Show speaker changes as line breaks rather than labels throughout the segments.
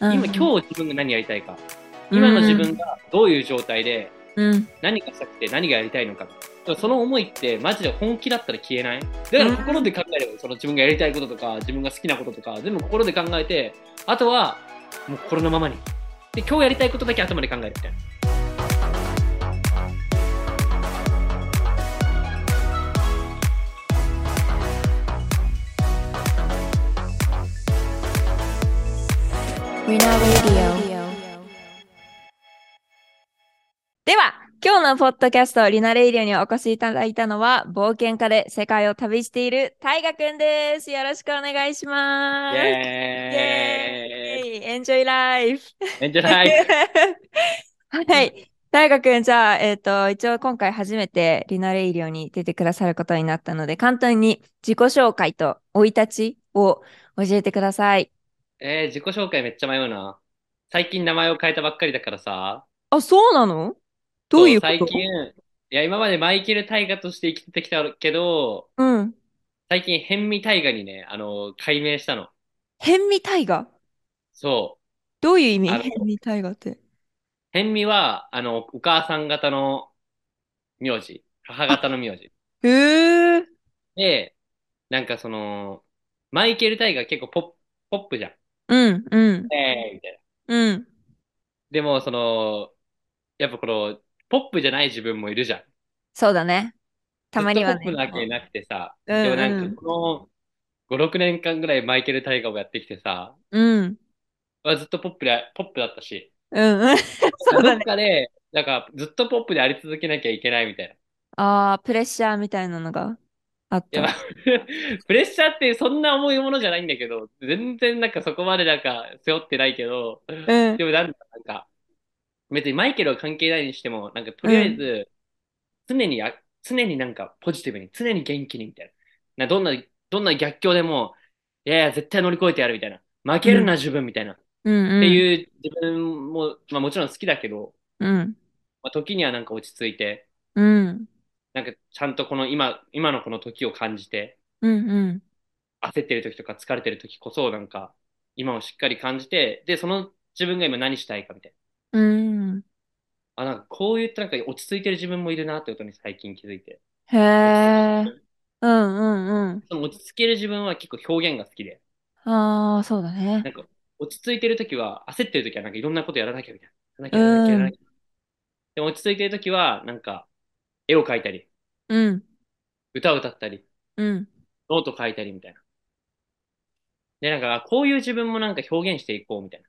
今
うん
今日自分が何やりたいか今の自分がどういう状態で
うん
何がしたくて何がやりたいのかその思いってマジで本気だったら消えないだから心で考えればいいその自分がやりたいこととか自分が好きなこととか全部心で考えてあとはもう心のままにで今日やりたいことだけ頭で考えるみたいな
では今日のポッドキャストリナレイディオにお越しいただいたのは冒険家で世界を旅している大河くんですよろしくお願いします
イ
エ
エーイ
ーイエンジョイラ イフ
えんじゃない
はい。大河くん、じゃあ、えっ、と、一応今回初めてリナレイリオに出てくださることになったので、簡単に自己紹介と生い立ちを教えてください。
えー、自己紹介めっちゃ迷うな最近名前を変えたばっかりだからさ
あ、そうなのどういうこと
最近いや今までマイケル・タイガとして生きてきたけど
うん。
最近変身大河にねあの改名したの
変味大河
そう
どういう意味
あの
変味大河って。
辺見は、あの、お母さん方の名字、母方の名字。
へえ。
で、なんかその、マイケル・タイが結構ポップ、ポップじゃん。
うん、うん、
えーみたいな。
うん。
でも、その、やっぱこの、ポップじゃない自分もいるじゃん。
そうだね。たまには
ずっとポップなわけ
ね。
なくてさ、
うん
でもなんかこの、5、6年間ぐらいマイケル・タイガをやってきてさ、
うん、
まあずっとポップで、ポップだったし、
うん、うん。 そう
ど
だ
っ
ね。
かで、なんかずっとポップであり続けなきゃいけないみたいな。
ああ、プレッシャーみたいなのがあっ
いや、ま
た
あ。 プレッシャーってそんな重いものじゃないんだけど、全然なんかそこまでなんか背負ってないけど、
うん、
でもなんだなんか、別にマイケルは関係ないにしても、なんかとりあえず、常にや、常になんかポジティブに、常に元気にみたいな。などんな、どんな逆境でも、いやいや、絶対乗り越えてやるみたいな。負けるな、自分みたいな。っ
うん、
て
うん。
いう自分も、まあもちろん好きだけど、
うん、
まあ、時にはなんか落ち着いて、
うん。
なんかちゃんとこの今、今のこの時を感じて、
うんうん。
焦ってる時とか疲れてる時こそなんか今をしっかり感じてでその自分が今何したいかみたい
うん。
なあなんかこういったなんか落ち着いてる自分もいるなってことに最近気づいて
へえ。うんうんうん。
その落ち着ける自分は結構表現が好きで
ああ、そうだね
な。んか落ち着いてる時は焦ってる時はなんかいろんなことやらなきゃみたいなやらなきゃやらなきゃやらなきゃでも落ち着いてる時はなんか絵を描いたり
うん。
歌を歌ったり
うん。
ノート書いたりみたいなでなんかあこういう自分もなんか表現していこうみたい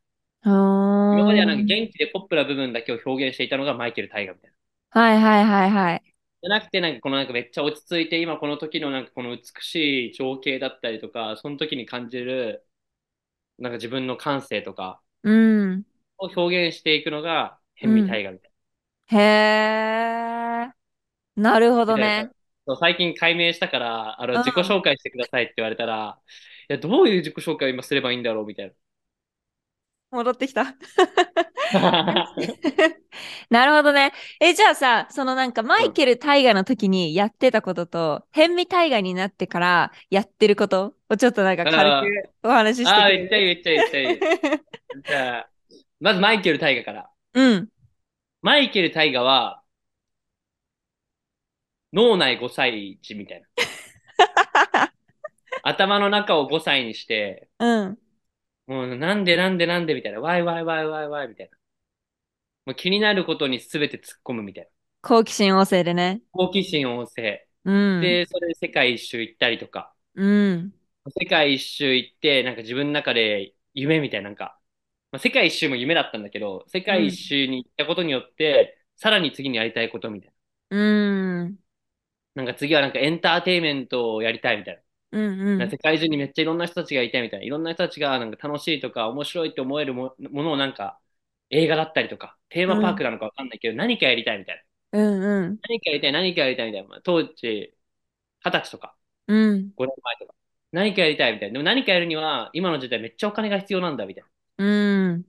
な
ああ。
今まではなんか元気でポップな部分だけを表現していたのがマイケル・タイガみたいな
はいはいはいはい。
じゃなくて、なんかこのなんかめっちゃ落ち着いて、今この時のなんかこの美しい情景だったりとか、その時に感じる、なんか自分の感性とか
うん。
を表現していくのが、変味大河みたい
へえ。なるほど
な。
ね。
そう最近解明したから、あ
うん
の、自己紹介してくださいって言われたら、いや、どういう自己紹介を今すればいいんだろうみたい
戻ってきた。
な。
なるほどね。え、じゃあさ、そのなんかマイケル大河の時にやってたことと、変味大河になってからやってることをちょっとなんか軽くお話しして
ああ、
く
め
れ
っちゃいい、めっちゃいい、めっちゃいい。
る。
じゃあ、まずマイケル大河から。
うん。
マイケル大河は、脳内5歳児 みたいな。頭の中を5歳にして、
うん。
もうなんでなんでなんでみたいな、わいわいわいわいわいみたいな。もう気になることに全て突っ込むみたいな。
好奇心旺盛でね。
好奇心旺盛。
うん。
で、それで世界一周行ったりとか、
うん。
世界一周行って、なんか自分の中で夢みたいな、なんか、まあ、世界一周も夢だったんだけど、世界一周に行ったことによって、さらに次にやりたいことみたい
うん。
な。なんか次はなんかエンターテインメントをやりたいみたいな。
うんう
世界中にめっちゃいろんな人たちがいてみたいな、いろんな人たちがなんか楽しいとか面白いって思えるもものをなんか映画だったりとか、テーマパークなのかわかんないけど、何かやりたいみたいな。
うんうん
何かやりたい、何かやりたいみたいな。当時、二十歳とか、
うん
5年前とか。何かやりたいみたいな。でも何かやるには、今の時代めっちゃお金が必要なんだみたいな。
うん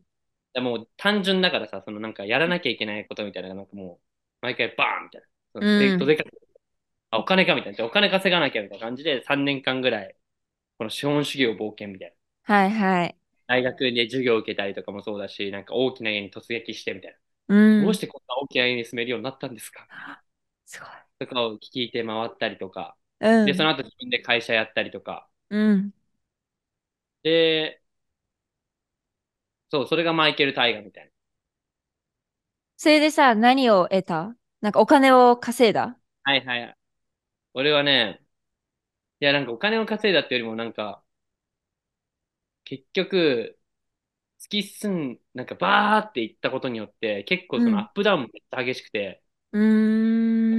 でもう単純だからさ、そのなんかやらなきゃいけないことみたいなのが、なんかもう、毎回バーンみたいな。その
うん
でどでかいあ、お金かみたいな。じゃあお金稼がなきゃみたいな感じで、3年間ぐらい、この資本主義を冒険みたいな。
はいはい
大学で授業を受けたりとかもそうだし、なんか大きな家に突撃してみたい
うん。
な。どうしてこんな大きな家に住めるようになったんですか
す
とかを聞いて回ったりとか、
ごい。うん。
で、その後自分で会社やったりとか。
うん。
で、そう、それがマイケル・タイガみたいな。
それでさ、何を得たなんかお金を稼いだ
はいはい。俺はね、いやなんかお金を稼いだってよりもなんか、結局、突き進ん、なんかバーって行ったことによって、結構そ
うん
のアップダウンもめっちゃ激しくて、
う
なん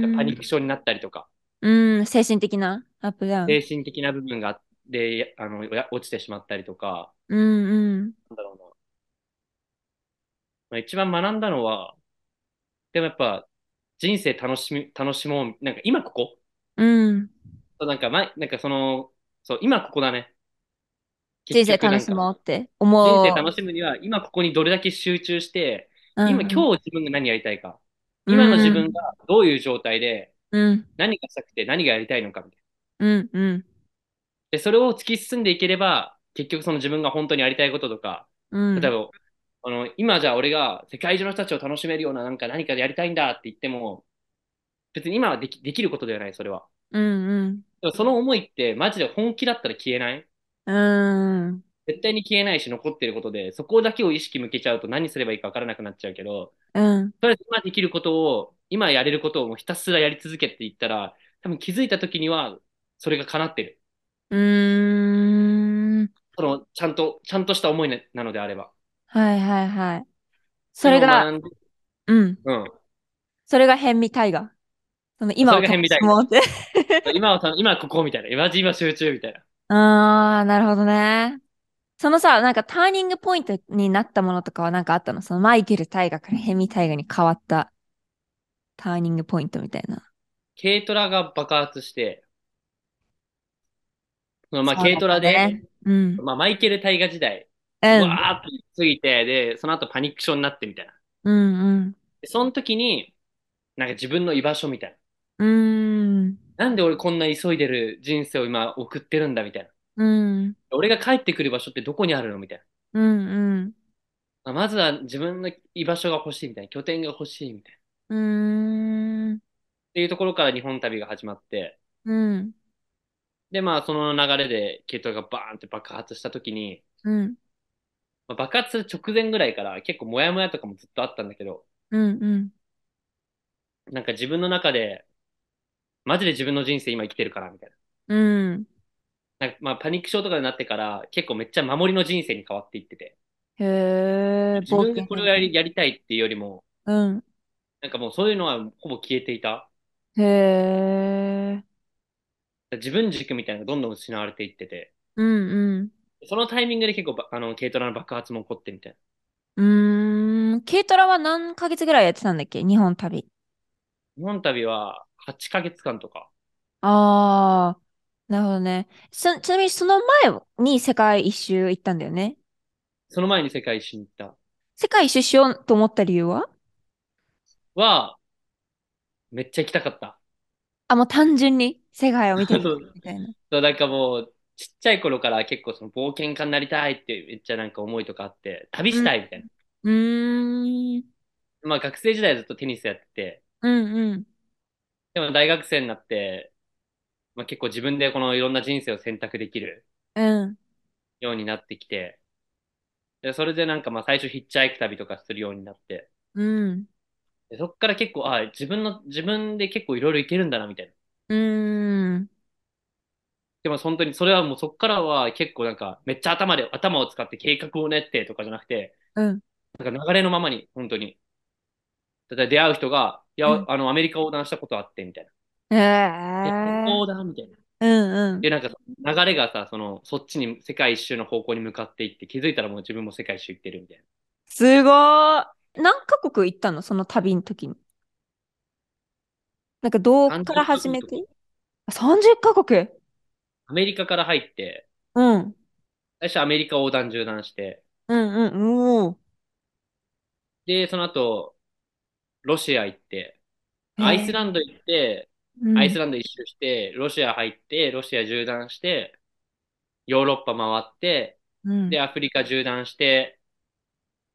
ー
か
ん。
パニック症になったりとか、
うん、精神的なアップダウン。
精神的な部分が、で、あの、や落ちてしまったりとか、
うんうん。
なんだろうな。まあ、一番学んだのは、でもやっぱ、人生楽しみ、楽しもう、なんか今ここ
うん。
そう、なんか前、なんかその、そう、今ここだね。
人生
結局
楽し
なんか
もうって思う。
人生楽しむには、今ここにどれだけ集中して、
うん
今、今日自分が何やりたいか、今の自分がどういう状態で、
うん
何がしたくて何がやりたいのかみたいな。
うんうん
で、それを突き進んでいければ、結局その自分が本当にやりたいこととか、
うん。
例えば、あの、今じゃあ俺が世界中の人たちを楽しめるようななんか何かでやりたいんだって言っても、別に今はでき、できることではない、それは。
うん
でもその思いってマジで本気だったら消えない
うん。うん。
絶対に消えないし残ってることで、そこだけを意識向けちゃうと何すればいいか分からなくなっちゃうけど、
うん。
とりあえず今できることを、今やれることをもうひたすらやり続けていったら、多分気づいた時には、それが叶ってる。
うーん。
その、ちゃんと、ちゃんとした思いななのであれば。
はいはいはい。それが、
学んで
うん。
うん。
それが辺見大河。その今を
それが辺見大
河。
今はた、今はここみたいな。今、今集中みたいな。
ああ、なるほどね。そのさ、なんかターニングポイントになったものとかはなんかあったのそのマイケル大河からヘミ大河に変わったターニングポイントみたいな。
軽トラが爆発して、そのまあ、
そうだったね
軽トラで、
うん。
まあ、マイケル大河時代、
う
わ
ん。
ーって過ぎて、で、その後パニック症になってみたいな。
うん
で、その時に、なんか自分の居場所みたい
うん。うん。
な。なんで俺こんな急いでる人生を今送ってるんだみたいな。
うん。
俺が帰ってくる場所ってどこにあるのみたい
うん。
な。まずは自分の居場所が欲しいみたいな。拠点が欲しいみたいな。っ
うん。
ていうところから日本旅が始まって、
うん。
で、まあその流れで軽トラがバーンって爆発した時に、
うん。
まあ、爆発する直前ぐらいから結構モヤモヤとかもずっとあったんだけど、
うん。うん。
なんか自分の中で、マジで自分の人生今生きてるからみたいな。
うん。
なんかまあパニック症とかになってから結構めっちゃ守りの人生に変わっていってて、
へえ、
自分でこれをやりやりたいっていうよりも、
うん。
なんかもうそういうのはほぼ消えていた。
へえ。
自分軸みたいなのがどんどん失われていってて、
うん
そのタイミングで結構ばあの軽トラの爆発も起こってみたいな。
うん。うーん。軽トラは何ヶ月ぐらいやってたんだっけ日本旅。
日本旅は8ヶ月間とか。
ああ、なるほどね。そ、ちなみにその前に世界一周行ったんだよね。
その前に世界一周に行った。
世界一周しようと思った理由は
は、めっちゃ行きたかった。
あ、もう単純に世界を見てみたい
そう
みたいな。
そう、なんかもう、ちっちゃい頃から結構その冒険家になりたいってめっちゃなんか思いとかあって、旅したいみたいな。
うーん。
まあ学生時代はずっとテニスやってて、
うんうん。
でも大学生になって、まあ結構自分でこのいろんな人生を選択できる
うん。
ようになってきて、で、それでなんかまあ最初ヒッチハイク旅とかするようになって、
うん。
でそっから結構、あ、自分の、自分で結構いろいろいけるんだな、みたいな。
うーん。
でも本当に、それはもうそっからは結構なんか、めっちゃ頭で、頭を使って計画を練ってとかじゃなくて、
うん。
なんか流れのままに、本当に。だから出会う人が、いや、
うん
あの、アメリカ横断したことあって、みたい
え
な。
え。
え横断みたいな。
うんうん。
で、なんか、流れがさ、その、そっちに、世界一周の方向に向かっていって、気づいたらもう自分も世界一周行ってるみたいな。
すごーい。何カ国行ったのその旅の時に。なんかどうから始めてあ ?30 カ国。
アメリカから入って、
うん。
最初アメリカ横断縦断して、
うんうん。おー。
で、その後、ロシア行って、
えー
アイスランド行って、
うん
アイスランド一周して、ロシア入って、ロシア縦断して、ヨーロッパ回って、
うん
で、アフリカ縦断して、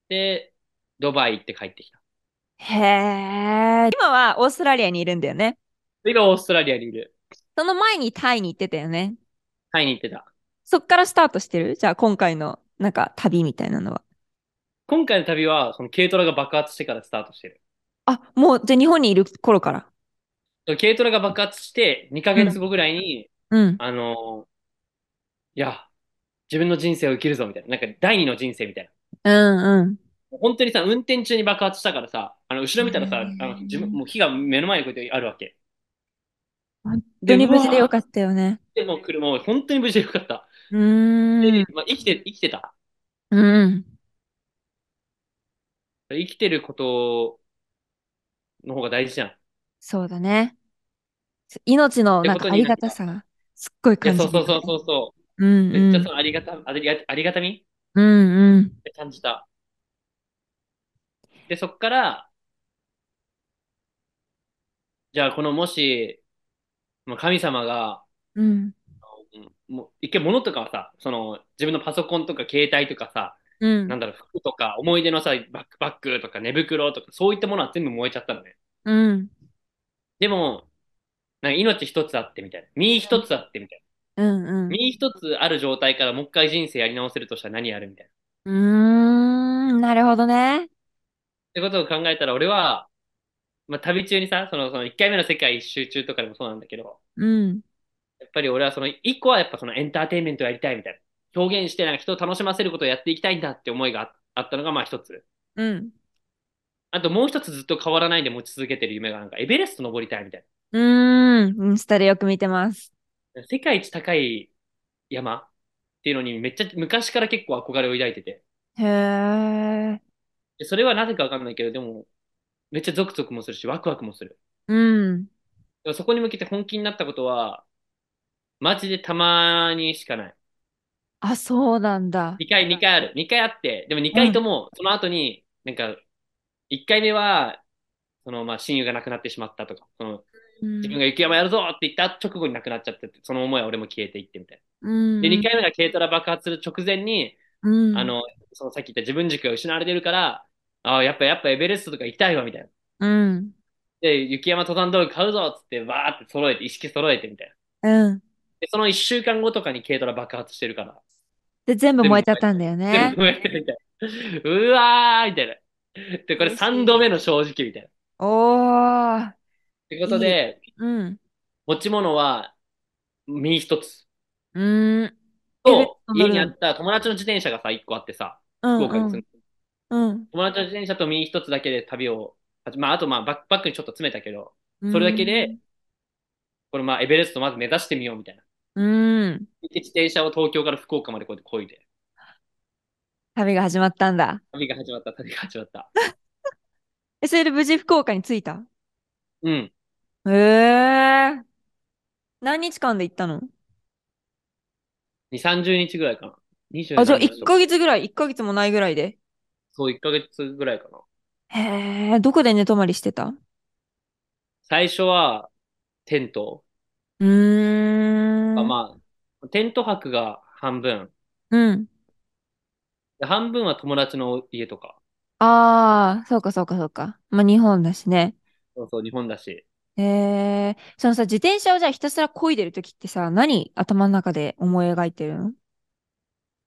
で、ドバイ行って帰ってきた。
へえ。今はオーストラリアにいるんだよね。
で今、オーストラリアにいる。
その前にタイに行ってたよね。
タイに行ってた。
そっからスタートしてるじゃあ今回のなんか旅みたいなのは。
今回の旅は、その軽トラが爆発してからスタートしてる。
あ、もうじゃあ日本にいる頃から。
そう軽トラが爆発して、2ヶ月後ぐらいに、
うん。
あのーいや、自分の人生を生きるぞ、みたいな。なんか、第二の人生みたいな。
うんうん。
本当にさ、運転中に爆発したからさ、あの、後ろ見たらさ、あの、自分、もう火が目の前にこうやってあるわけ。
本当に無事でよかったよね。
で、もう車を、本当に無事でよかった。
うー
で
ん。、
まあ、生きて、生きてた。
うん。
生きてることの方が大事じゃん。い
そうだね。命のなんかありがたさがすっごい
や、
感じ
そう
る
そうそうそうそうう。
ん
めっ
う
ちゃ
ん
そ。のありがた、ありが、ありがたみっ
うんうん。
て感じた。で、そっから、じゃあ、このもし、まあ神様が、
うん。
うんもう一回物とかはさ、その自分のパソコンとか携帯とかさ、
うん。
なんだろう、服とか、思い出のさ、バックパックとか、寝袋とか、そういったものは全部燃えちゃったのね。
うん。
でも、なんか命一つあってみたいな。身一つあってみたい
うん
な。身一つある状態からもう一回人生やり直せるとしたら何やるみたいな。っ
うん。うーん。なるほどね。
てことを考えたら、俺は、まあ、旅中にさ、その、その1回目の世界一周中とかでもそうなんだけど、
うん。
やっぱり俺はその1個はやっぱそのエンターテインメントをやりたいみたいな。表現してなんか人を楽しませることをやっていきたいんだって思いがああったのがまあ一つ。
うん。
あともう一つずっと変わらないで持ち続けてる夢がなんかエベレスト登りたいみたいな。
うーん。インスタでよく見てます。
世界一高い山っていうのにめっちゃ昔から結構憧れを抱いてて、
へえ。
でそれはなぜかわかんないけど、でも、めっちゃゾクゾクもするし、ワクワクもする。
うん。
でもそこに向けて本気になったことは、マジでたまにしかない。
あ、そうなんだ。
2回、2回ある。2回あって、でも2回とも、その後に、なんか、1回目は、その、まあ、親友が亡くなってしまったとか、その自分が雪山やるぞって言った直後に亡くなっちゃってて、その思いは俺も消えていってみたい
うん。
な。で、2回目が軽トラ爆発する直前に、
うん。
あの、そのさっき言った自分軸が失われてるから、ああ、やっぱやっぱエベレストとか行きたいわ、みたいな。
うん。
で、雪山登山道具買うぞっつって、わーって揃えて、意識揃えてみたいな。
うん。
で、その1週間後とかに軽トラ爆発してるから、
で、全部燃えちゃったんだよ
全
ね。
部やってるみたいな。うわーみたいな。で、これ3度目の正直みたいな。っ
おー。
てことで、
うん。
持ち物は身一つ
うん。
と、
エベレストに乗
家
る
にあった友達の自転車がさ、1個あってさ、
う
福岡に住ん
ん。
で
う
る
ん。うん。
友達の自転車と身一つだけで旅を、まあ、あとまあバックパックにちょっと詰めたけど、それだけでこれまあエベレストまず目指してみようみたいな。
うん。
で自転車を東京から福岡までこうやってこいで。
旅が始まったんだ。
旅が始まった、旅が始まった。
え、それで無事福岡に着いた
うん。
へえ。何日間で行ったの
2、30日ぐらいかな。20
あ、じゃあ
何日
1
とか
ヶ月ぐらい、1ヶ月もないぐらいで。
そう、1ヶ月ぐらいかな。
へえ、どこで寝泊まりしてた
最初はテント。
うーん。
まあ、テント泊が半分。
うん。
で半分は友達の家とか。
ああ、そうかそうかそうか。まあ日本だしね。
そうそう、日本だし。
へえ、そのさ、自転車をじゃあひたすら漕いでるときってさ、何頭の中で思い描いてるの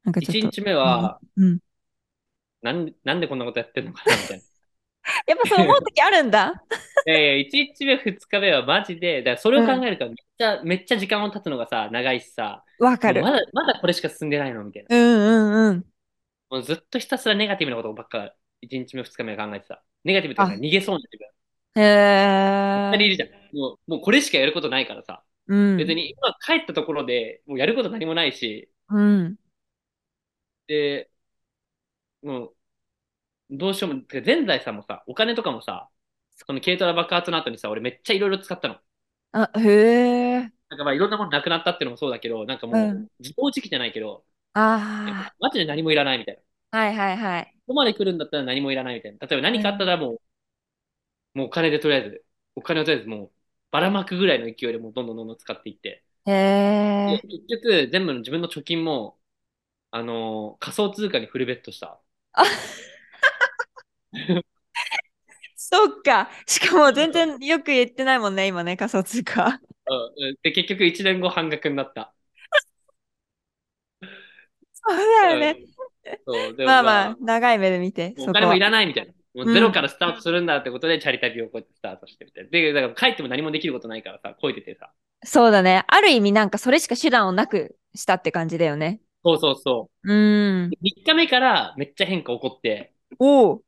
なんかちょっ
1
と。
日目は、
うん。
なん、なんでこんなことやってんのかなみたいな。
やっぱそう思うときあるんだ。
ええ、1日目、2日目はマジで、だからそれを考えるとめっちゃ、めっちゃ時間を経つのがさ、長いしさ、
わかる。
まだ、まだこれしか進んでないのみたいな。
うんうんうん。
もうずっとひたすらネガティブなことばっか、1日目、2日目は考えてた。ネガティブとか
あ
逃げそうな自分。
へ
二人い
え。
るじゃん。もう、もうこれしかやることないからさ。
うん。
別に今帰ったところで、もうやること何もないし、
うん。
で、もう、どうしようも、てか全財産もさ、お金とかもさ、その軽トラ爆発の後にさ、俺めっちゃいろいろ使ったの。
あ、へえ。
なんかまあいろんなものなくなったってのもそうだけど、なんかも
う
うん自暴自棄じゃないけど、なん
あ
かマジで何もいらないみたいな。こ
あ、はいはいはい。
こまで来るんだったら何もいらないみたいな。例えば何かあったらもう、もうお金でとりあえず、お金をとりあえずもうばらまくぐらいの勢いでもうどんどんどんどん使っていって、
へえ。
で結局全部の自分の貯金も、あのー仮想通貨にフルベットした。
そっか。しかも全然よく言ってないもんね、今ね、仮想通貨。
うんで、結局1年後半額になった。
そうだよね。
うんそうでも
まあまあ、長い目で見て、
も
そ
うお
こ
金も。
はい
らないみたいな。も
うん
うゼロからスタートするんだってことで、チャリ旅をこうやってスタートしてみたいな。で、だから帰っても何もできることないからさ、こいててさ。
そうだね。ある意味なんかそれしか手段をなくしたって感じだよね。
そうそうそう
ーん。
う。3日目からめっちゃ変化起こって、
おお。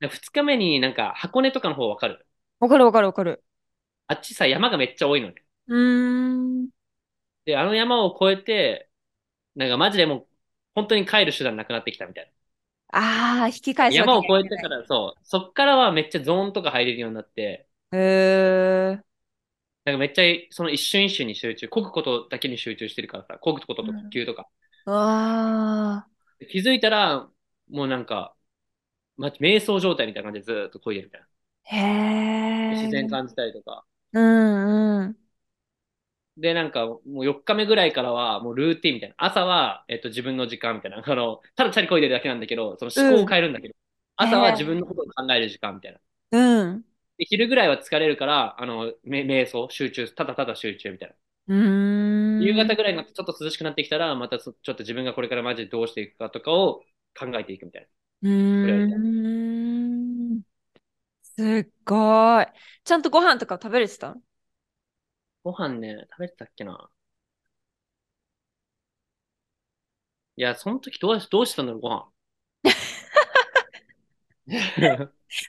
2日目になんか箱根とかの方わかる
わかるわかるわかる。
あっちさ、山がめっちゃ多いのね。
うーん。
で、あの山を越えて、なんかマジでもう、本当に帰る手段なくなってきたみたい
ああ、引き
な。
返すわけ
山を
にはい
越えてから、そう、そっからはめっちゃゾーンとか入れるようになって、
へえ。
なんかめっちゃその一瞬一瞬に集中、漕ぐことだけに集中してるからさ、漕ぐことと呼吸とか。
わあ。
気づいたら、もうなんか、ま、瞑想状態みたいな感じでずーっと漕いでるみたい
へ
な。
え。
自然感じたりとか。
うんうん。
で、なんか、もう4日目ぐらいからは、もうルーティンみたいな。朝は、えっと、自分の時間みたいな。あの、ただチャリこいでるだけなんだけど、その思考を変えるんだけ
う
ど、
ん
朝
へ
は
ー
自分のことを考える時間みたいな。
うん。
で昼ぐらいは疲れるから、あの、め瞑想、集中、ただただ集中みたいな。
うーん。
夕方ぐらいになってちょっと涼しくなってきたら、またそちょっと自分がこれからマジでどうしていくかとかを考えていくみたいな。
うーん。すっごい。ちゃんとご飯とか食べれてたの
ご飯ね、食べてたっけな。いや、その時どうしどうしてたんだろう、ご飯。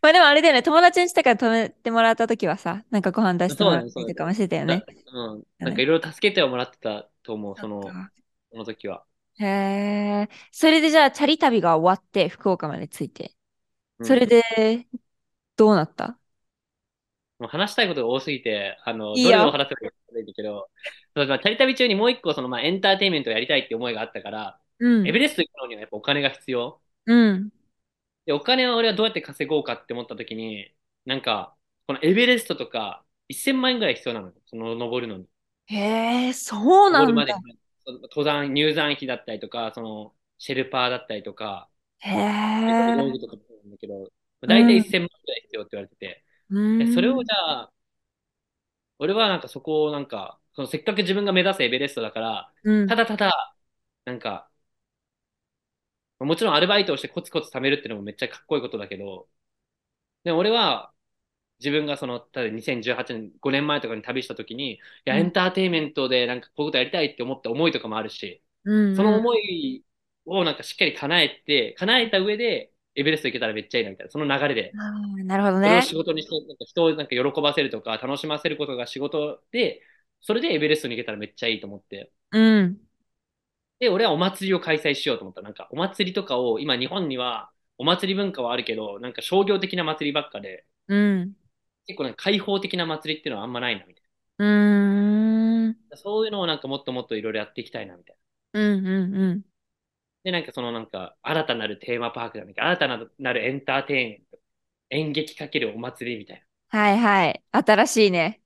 まあでもあれだよね、友達にしたから泊めてもらった時はさ、なんかご飯出してもらった
そう
り
だね
とかもしてたよね。
うん、なんかいろいろ助けてはもらってたと思う、その
そっ、か
その時は。
へえ。それでじゃあ、チャリ旅が終わって、福岡まで着いて。
うん
それで、どうなった
もう話したいことが多すぎて、あの、
いい
ど
よ
れを話せばいいんだけど、そうまあチャリ旅中にもう一個、その、まあ、エンターテインメントをやりたいって思いがあったから、
うん
エベレスト行くのにはやっぱお金が必要。
うん。
で、お金を俺はどうやって稼ごうかって思った時に、なんか、このエベレストとか、1000万円ぐらい必要なのよ。その、登るのに。
へえ、そうな
登る
ん
まで
だ。
に、その登山、入山費だったりとか、その、シェルパーだったりとか、
へ
道
え。
具とかもそうなんだけど、大体1000万円ぐらい必要って言われてて、
う
で
ん。
それをじゃあ、俺はなんかそこをなんか、そのせっかく自分が目指すエベレストだから、
うん。
ただただ、なんか、もちろんアルバイトをしてコツコツ貯めるっていうのもめっちゃかっこいいことだけど、でも俺は、自分がその、ただ2018年、5年前とかに旅した時に、いや、
うん
エンターテインメントでなんかこういうことやりたいって思った思いとかもあるし、
うん
その思いをなんかしっかり叶えて、叶えた上で、エベレスト行けたらめっちゃいいなみたいな、その流れで。
あーなるほど
それを
ね。
仕事にして、なんか人をなんか喜ばせるとか、楽しませることが仕事で、それでエベレストに行けたらめっちゃいいと思って。
うん。
で、俺はお祭りを開催しようと思った。なんか、お祭りとかを、今日本にはお祭り文化はあるけど、なんか商業的な祭りばっかで、
うん。
結構なんか開放的な祭りっていうのはあんまないな、みたいう
ーん。
な。そういうのをなんかもっともっといろいろやっていきたいな、みたいな。
うんうんうん。
で、なんかそのなんか、新たなるテーマパークだみたいな、新たななるエンターテインメント、演劇かけるお祭りみたいな。
はいはい。新しいね。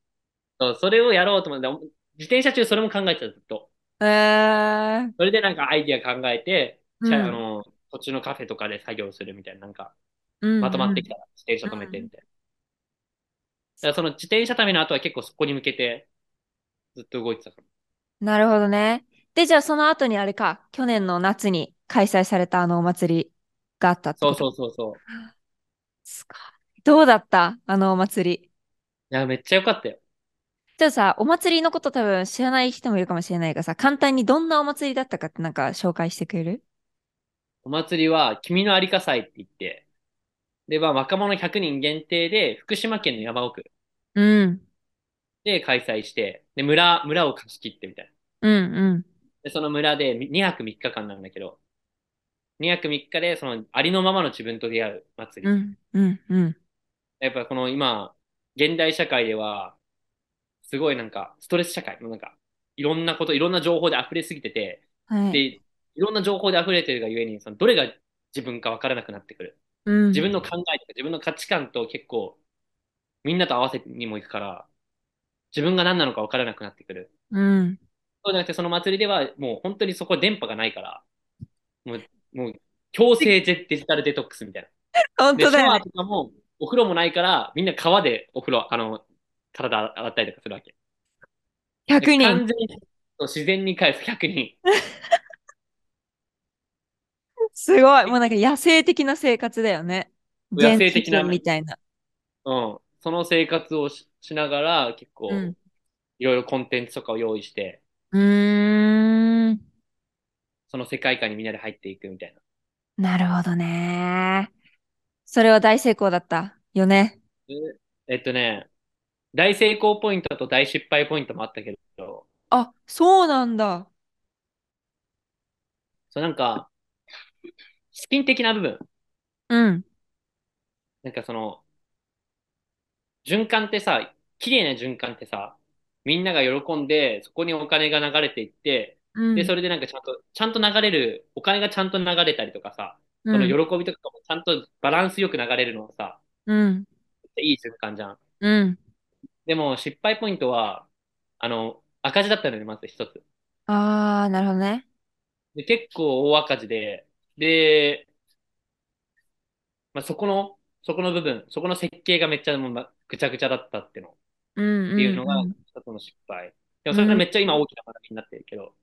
そう、それをやろうと思って、自転車中それも考えてた、ずっと。
えー。
それでなんかアイディア考えて、
うん
じゃあ、あの、途中のカフェとかで作業するみたいな、なんか、
うん
まとまってき
た。
たら自転車止めてみたいな。だからその自転車旅の後は結構そこに向けて、ずっと動いてたから。
なるほどね。で、じゃあその後にあれか、去年の夏に開催されたあのお祭りがあったって
そ
こと
うそうそうそう。い
すかどうだったあのお祭り。
や、めっちゃ良かったよ。
じゃあさ、お祭りのこと多分知らない人もいるかもしれないがさ、簡単にどんなお祭りだったかってなんか紹介してくれる
お祭りは、君のありか祭って言って、で、まあ、若者100人限定で、福島県の山奥
うん。
で開催して、で、村、村を貸し切ってみたいな。
うんうん。
で、その村でみ2泊3日間なんだけど、2泊3日で、その、ありのままの自分と出会う祭り。
うんうんうん。
やっぱこの今、現代社会では、すごいなんか、ストレス社会、もうなんか、いろんなこと、いろんな情報で溢れすぎてて、
は
で、
い。
いろんな情報で溢れてるがゆえに、そのどれが自分か分からなくなってくる。
うん。
自分の考えとか自分の価値観と結構、みんなと合わせにもいくから、自分が何なのか分からなくなってくる。
うん。
そうじゃなくて、その祭りではもう本当にそこ電波がないから、もう、強制デジタルデトックスみたいな。
本
で、
当
シ
だ
ャ
よ
ワ
ね。
ーとかも、お風呂もないから、みんな川でお風呂、あの、体洗ったりとかするわけ。で
100人。
完全にそう自然に返す、100人。
すごい。もうなんか野生的な生活だよね。
野生的な
原始人みたいな。
うん。その生活をししながら、結構、
うん。
いろいろコンテンツとかを用意して、
うーん。
その世界観にみんなで入っていくみたいな。
なるほどね。それは大成功だったよね。
えっとね、大成功ポイントと大失敗ポイントもあったけど、
あ、そうなんだ。
そうなんか、資金的な部分、
うん。
なんかその、循環ってさ、綺麗な循環ってさ、みんなが喜んで、そこにお金が流れていって、
うん。
で、それでなんかちゃんと、ちゃんと流れる、お金がちゃんと流れたりとかさ、
う
その
ん。
喜びとかもちゃんとバランスよく流れるのはさ、
うん。
いい循環じゃん。
うん。
でも、失敗ポイントは、あの、赤字だったのね、まず一つ。
ああ、なるほどね。
で、結構大赤字で、で、まあ、そこの、そこの部分、そこの設計がめっちゃもうまぐちゃぐちゃだったっての、っ
うん
ていうのが
うんうん、
一つの失敗。でも、それがめっちゃ今大きな学びになってるけど。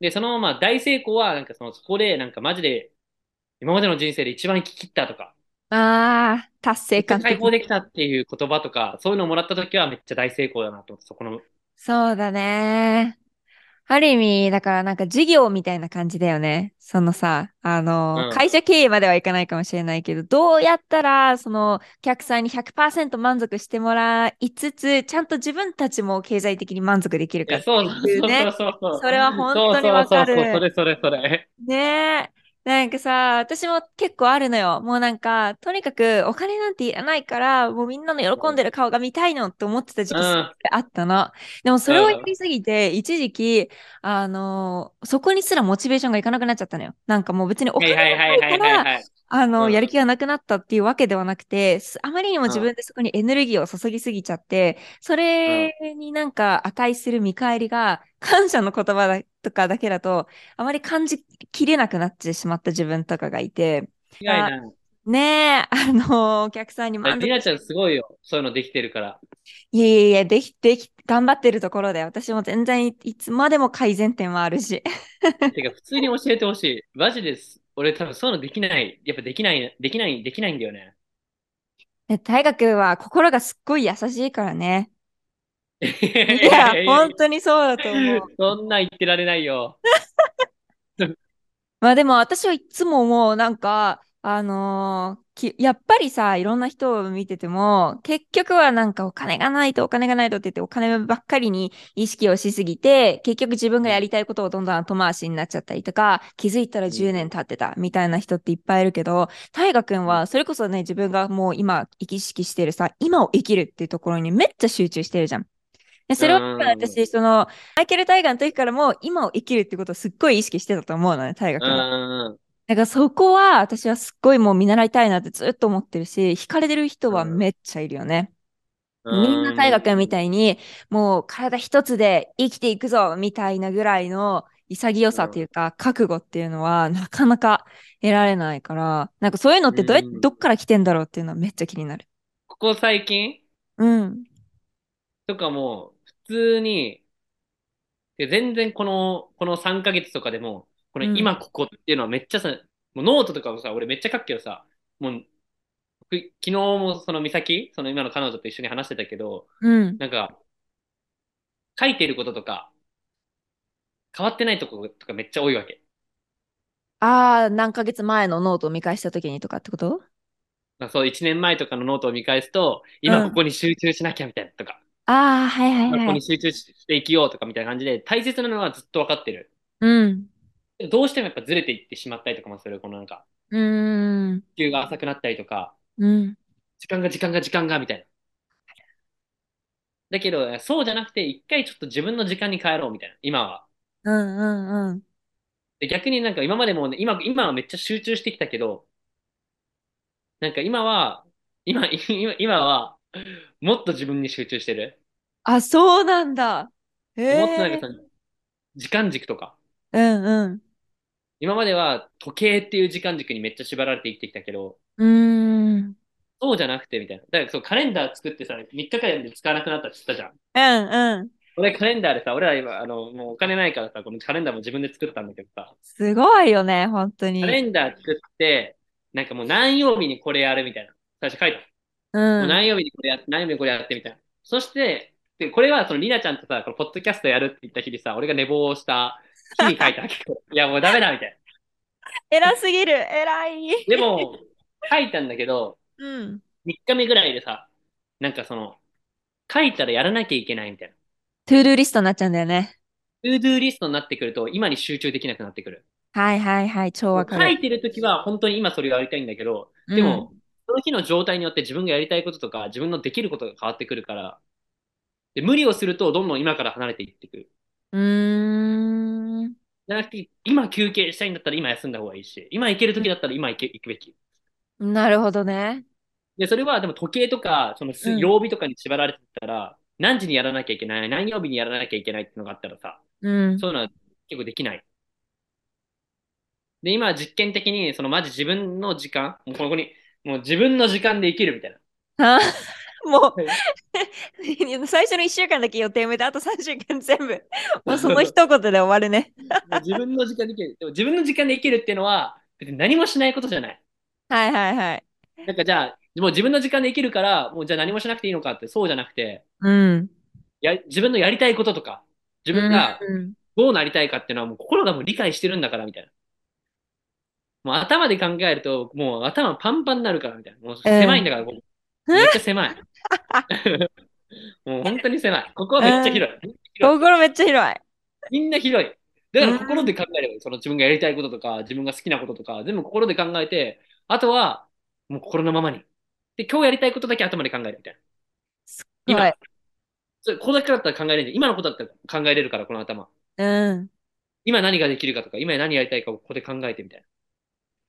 で、その、まあ、大成功は、なんかその、そこで、なんかマジで、今までの人生で一番生き切ったとか、
ああ、達成感
解
的。
放できたっていう言葉とか、そういうのをもらった時はめっちゃ大成功だなと思って、そこの、
そうだね。ある意味、だからなんか事業みたいな感じだよね。そのさ、あの、
うん
会社経営まではいかないかもしれないけど、どうやったら、その、お客さんに100%満足してもらいつつ、ちゃんと自分たちも経済的に満足できる
い
か
や
っ
そう
ていうね。
そうそうそうそう。
それは本当にわかる
そうそうそうそうそれそれそれ。
ねえ。なんかさ、私も結構あるのよ。もうなんか、とにかくお金なんていらないから、もうみんなの喜んでる顔が見たいのって思ってた時期すごくあったの。でもそれをやりすぎて、一時期、あのーそこにすらモチベーションがいかなくなっちゃったのよ。なんかもう別にお
は
金
い
が
はいはい
な
はいい
か
はい
ら、
はい。
あの、
うん
やる気がなくなったっていうわけではなくて、すあまりにも自分でそこにエネルギーを注ぎすぎちゃって、それになんか値する見返りが、感謝の言葉だとかだけだと、あまり感じきれなくなってしまった自分とかがいて、
違いない。
ねえ、あの、お客さんに
だから
満足
りなちゃんすごいよ。そういうのできてるから。
いやいやいや、でき、でき、頑張ってるところで、私も全然い、いつまでも改善点はある し。
てか、普通に教えてほしい。マジです。俺多分そういうのできない。やっぱできない、できない、できないんだよね。
ね大学は心がすっごい優しいからね。い
い
や、
い
本当にそうだと思う。
そんなん言ってられないよ。
まあでも私はいつももうなんか、あのーき、やっぱりさ、いろんな人を見てても、結局はなんかお金がないとお金がないとって言ってお金ばっかりに意識をしすぎて、結局自分がやりたいことをどんどん後回しになっちゃったりとか、気づいたら
うん
10年経ってたみたいな人っていっぱいいるけど、大河君はそれこそね、自分がもう今意識してるさ、今を生きるっていうところにめっちゃ集中してるじゃん。でそれを
うん
私、その、マイケル・タイガーの時からも今を生きるってことをすっごい意識してたと思うのね、大河
う
君は。
ん。
だからそこは私はすっごいもう見習いたいなってずっと思ってるし、惹かれてる人はめっちゃいるよね。みんな大学み
い。
たいに、もう体一つで生きていくぞみたいなぐらいの潔さというか、覚悟っていうのはなかなか得られないから、なんかそういうのってどうやっ
う
て
ん
どっから来てんだろうっていうのはめっちゃ気になる。
ここ最近
うん。
とかも、普通に、で全然この、この3ヶ月とかでも、この
うん
今ここっていうのはめっちゃさ、もうノートとかもさ、俺めっちゃ書くけどさ、もう、僕昨日もその美咲、その今の彼女と一緒に話してたけど、
うん。
なんか、書いてることとか、変わってないとことかめっちゃ多いわけ。
ああ、何ヶ月前のノートを見返した時にとかってこと
まあそう、1年前とかのノートを見返すと、今
うん
ここに集中しなきゃみたいなとか、
ああ、はいはい
今ここ
は
に
い。
集中していきようとかみたいな感じで、大切なのはずっと分かってる。
うん。
でもどうしてもやっぱずれていってしまったりとかもする、このなんか、
うーん。
地球が浅くなったりとか、
うん。
時間が時間が時間がみたいな。だけど、そうじゃなくて、一回ちょっと自分の時間に帰ろうみたいな、今は。
うんうんうん。
で逆になんか今までもね、今、今はめっちゃ集中してきたけど、なんか今は、今、今今は、もっと自分に集中してる。
あ、そうなんだ。え
もっとなん
え
かその時間軸とか、
うんうん。
今までは時計っていう時間軸にめっちゃ縛られて生きてきたけど、
うーん。
そうじゃなくてみたいな。だからそうカレンダー作ってさ、3日間で使わなくなったって言ったじゃ
う
ん。
んうん。
俺カレンダーでさ、俺ら今、あの、もうお金ないからさ、このカレンダーも自分で作ったんだけどさ、
すごいよね、本当に。
カレンダー作って、なんかもう何曜日にこれやるみたいな。最初書いた。
う。
もうん何曜日にこれやって、何曜日にこれやってみたいな。そして、でこれはそのりなちゃんとさ、このポッドキャストやるって言った日にさ、俺が寝坊した日に書いたわ けど、いやもうダメだみたいな。
偉すぎる、偉い。
でも、書いたんだけど、
うん。
3日目ぐらいでさ、なんかその、書いたらやらなきゃいけないみたいな。
トゥードゥーリストになっちゃうんだよね。
トゥードゥーリストになってくると、今に集中できなくなってくる。
はいはいはい、超わか
書
る。
いてるときは、本当に今それをやりたいんだけど、でも、その日の状態によって自分がやりたいこととか、自分のできることが変わってくるから、で無理をすると、どんどん今から離れていってくる。
うん、うーん。
じゃなくて、今休憩したいんだったら今休んだ方がいいし、今行ける時だったら今行け行くべき。
なるほどね。
で、それはでも時計とか、そのす
うん
曜日とかに縛られてたら、何時にやらなきゃいけない、何曜日にやらなきゃいけないってのがあったらさ、
うん。
そういうのは結構できない。で、今実験的に、そのマジ自分の時間、もうここに、もう自分の時間で生きるみたいな。
あ も
は
う、 最初の1週間だけ予定埋めて、あと3週間全 部、もうその一言で終わるね。
もう自分の時間で生きる。でも自分の時間で生きるっていうのは、別に何もしないことじゃない。
はいはいはい。
なんかじゃあ、もう自分の時間で生きるから、もうじゃあ何もしなくていいのかって、そうじゃなくて、
うん。
や自分のやりたいこととか、自分が
うん
どうなりたいかっていうのはもう心がもう理解してるんだからみたいな。もう頭で考えると、もう頭パンパンになるからみたいな。もう狭いんだから、もうめっちゃ狭い。もう本当に狭い。ここはめっちゃ広い。
心めっちゃ広い。
みんな広い。だから心で考えればいい。その自分がやりたいこととか、自分が好きなこととか、全部心で考えて、あとはもう心のままに。で、今日やりたいことだけ頭で考えるみたいな。今
はい
それここだけだったら考えれる。今のことだったら考えれるから、この頭。
うん。
今何ができるかとか、今何やりたいかをここで考えてみたいな。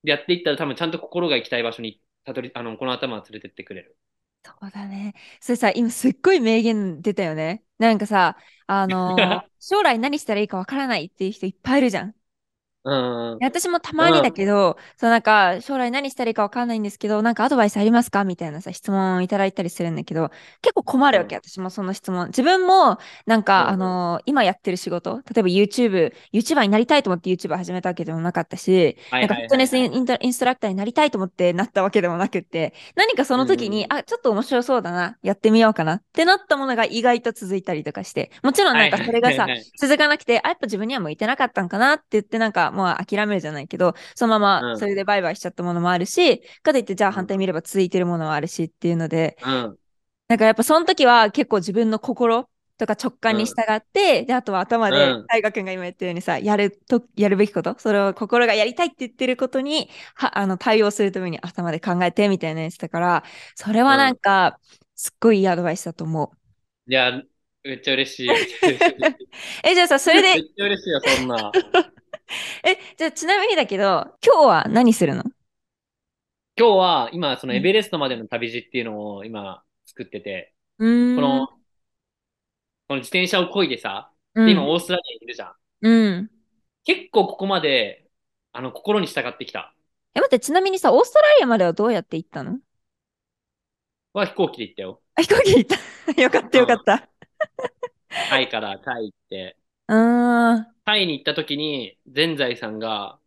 で、やっていったら多分ちゃんと心が行きたい場所に、たどり、あの、この頭は連れてってくれる。
そうだね。それさ、今すっごい名言出たよね。なんかさ、あの ー将来何したらいいかわからないっていう人いっぱいいるじゃん。
うーん。
私もたまにだけど、そうなんか将来何したらいいかわかんないんですけど、なんかアドバイスありますかみたいなさ、質問をいただいたりするんだけど、結構困るわけ、私もその質問。自分も、なんか、
うんうん
あのー今やってる仕事、例えば YouTube、YouTuber になりたいと思って YouTube 始めたわけでもなかったし、
は
ないんか
は
フィッ
い
ト
は
ネ
い
スインイントインストラクターになりたいと思ってなったわけでもなくって、何かその時に、
うん
あ、ちょっと面白そうだな、やってみようかなってなったものが意外と続いたりとかして、もちろんなんかそれがさ
はいはいはい、はい
続かなくて、あ、やっぱ自分には向いてなかったんかなって言って、なんか、まあ諦めるじゃないけど、そのま
う
ま
ん
それでバイバイしちゃったものもあるし、かといって、じゃあ
うん
反対見れば続いてるものはあるしっていうので、
うん。
なんかやっぱその時は結構自分の心とか直感に従って、で、あとは頭で
うん、
大河君が今言ったようにさ、やると、やるべきこと、それを心がやりたいって言ってることに、は、あの、対応するために頭で考えてみたいなやつだから、それはなんか、すっごいいいアドバイスだと思う。
いや、めっちゃ 嬉しい。めっちゃ嬉しい
え、じゃあさ、それ
めっ
で、
ちゃ嬉しいよ、そんな。
え、じゃあちなみにだけど、今日は何するの
今日は、今、そのエベレストまでの旅路っていうのを今、作ってて、
うーん
この、この自転車を漕いでさ、
うん
で、今、オーストラリアにいるじゃん。
うん。
結構ここまで、あの、心に従ってきた。
え、待って、ちなみにさ、オーストラリアまではどうやって行ったの
は飛行機で行ったよ。
あ、飛行機行った。 よかった、よかった。
タイからタイ行って。
うーん。
タイに行った時に、全財さんが、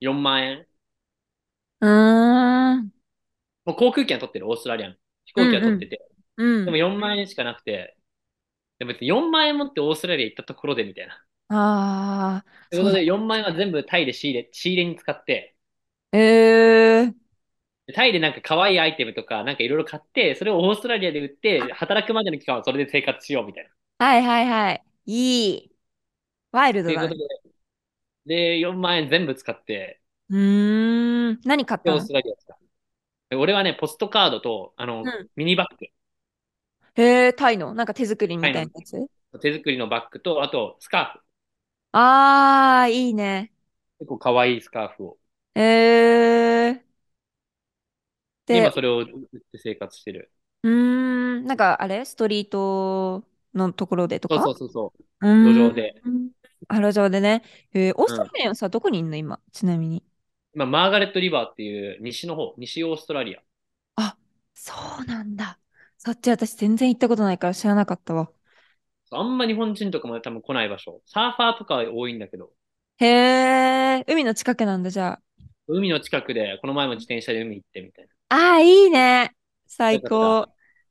4万円。
うーん。
もう航空券は取ってる、オーストラリアの。飛行機は取ってて。
う
で
ん。
も4万円しかなくて。でも別に4万円持ってオーストラリア行ったところでみたいな。
あ
ということで4万円は全部タイで仕入れ、仕入れに使って、
あ。えー。
でタイでなんか可愛いアイテムとかなんかいろいろ買って、それをオーストラリアで売って、働くまでの期間はそれで生活しようみたいな。
はいはいはい。いい。ワイル
と
ド
いうこ
だ
と
ね。
で、で、4万円全部使って、
うーん。何買っ
で
た
オー
の
ストラリア使った。で俺はね、ポストカードと、あ
う
の、
ん
ミニバッグ。
えー、タイの、なんか手作りみたいなやつ
手作りのバッグと、あと、スカーフ。
ああ、いいね。
結構可愛いスカーフを。
えー。で、
今それを売って生活してる。
うーん、なんかあれストリートのところでと
そう
か
そうそうそう。
うーん
路上で。
ハロ上でね。えーオーストラリアのさ、どこにいんの今、ちなみに。
まあ、マーガレット・リバーっていう西の方、西オーストラリア。
そうなんだ。そっち私全然行ったことないから知らなかったわ。
あんま日本人とかも多分来ない場所。サーファーとかは多いんだけど、
へえ、海の近くなんだ、じゃ
海の近くで、この前も自転車で海行ってみたいな。
あ。ああ、いいね。最高。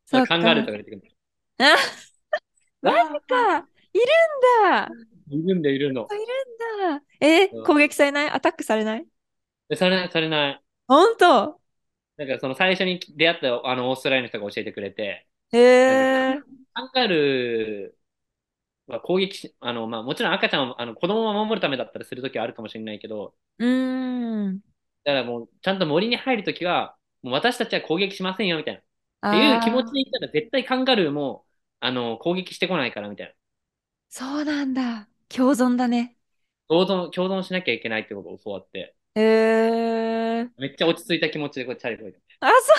そっ
カンガルーとか出てくるんだよ。
あ
わー
か。いるんだ。
いるんだよ、いるの。
だ。え
う、ん
攻撃されないアタックされない
でされない、されない。
ほんと
なんかその最初に出会ったあのオーストラリアの人が教えてくれて、
へえ。
カンガルーは攻撃し、あの、まあもちろん赤ちゃんを、あの子供を守るためだったらするときはあるかもしれないけど、
うーん。
だからもうちゃんと森に入るときは、もう私たちは攻撃しませんよみたいな。
あ
っていう
ー
気持ちで言ったら絶対カンガルーもあの攻撃してこないからみたいな。
そうなんだ。共存だね。
共存、共存しなきゃいけないってことを教わって、
へえ。
めっちゃ落ち着いた気持ちでこうチャリこいで。
あ、 そ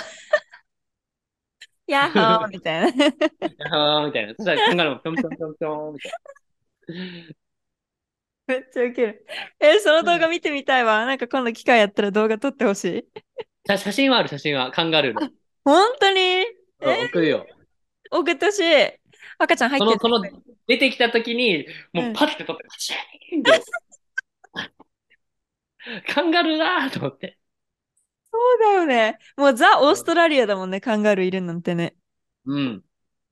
う。やっほーみたいな。
あーみたいな。そしたらカンガルーもぴょんぴょんぴょんぴょんみたいな。
めっちゃウケる。え、その動画見てみたいわ。なんか今度機会あったら動画撮ってほしい。
写写真はある、写真は。カンガルーの。
本当に
うん送るよ。
送ってほしい。赤ちゃん入
そ
って
の、
る
その、出てきたときに、もうパッて取って、パシーンって。 カンガルーだーと思って。
そうだよね。もうザ・オーストラリアだもんね。カンガルーいるなんてね。
うん。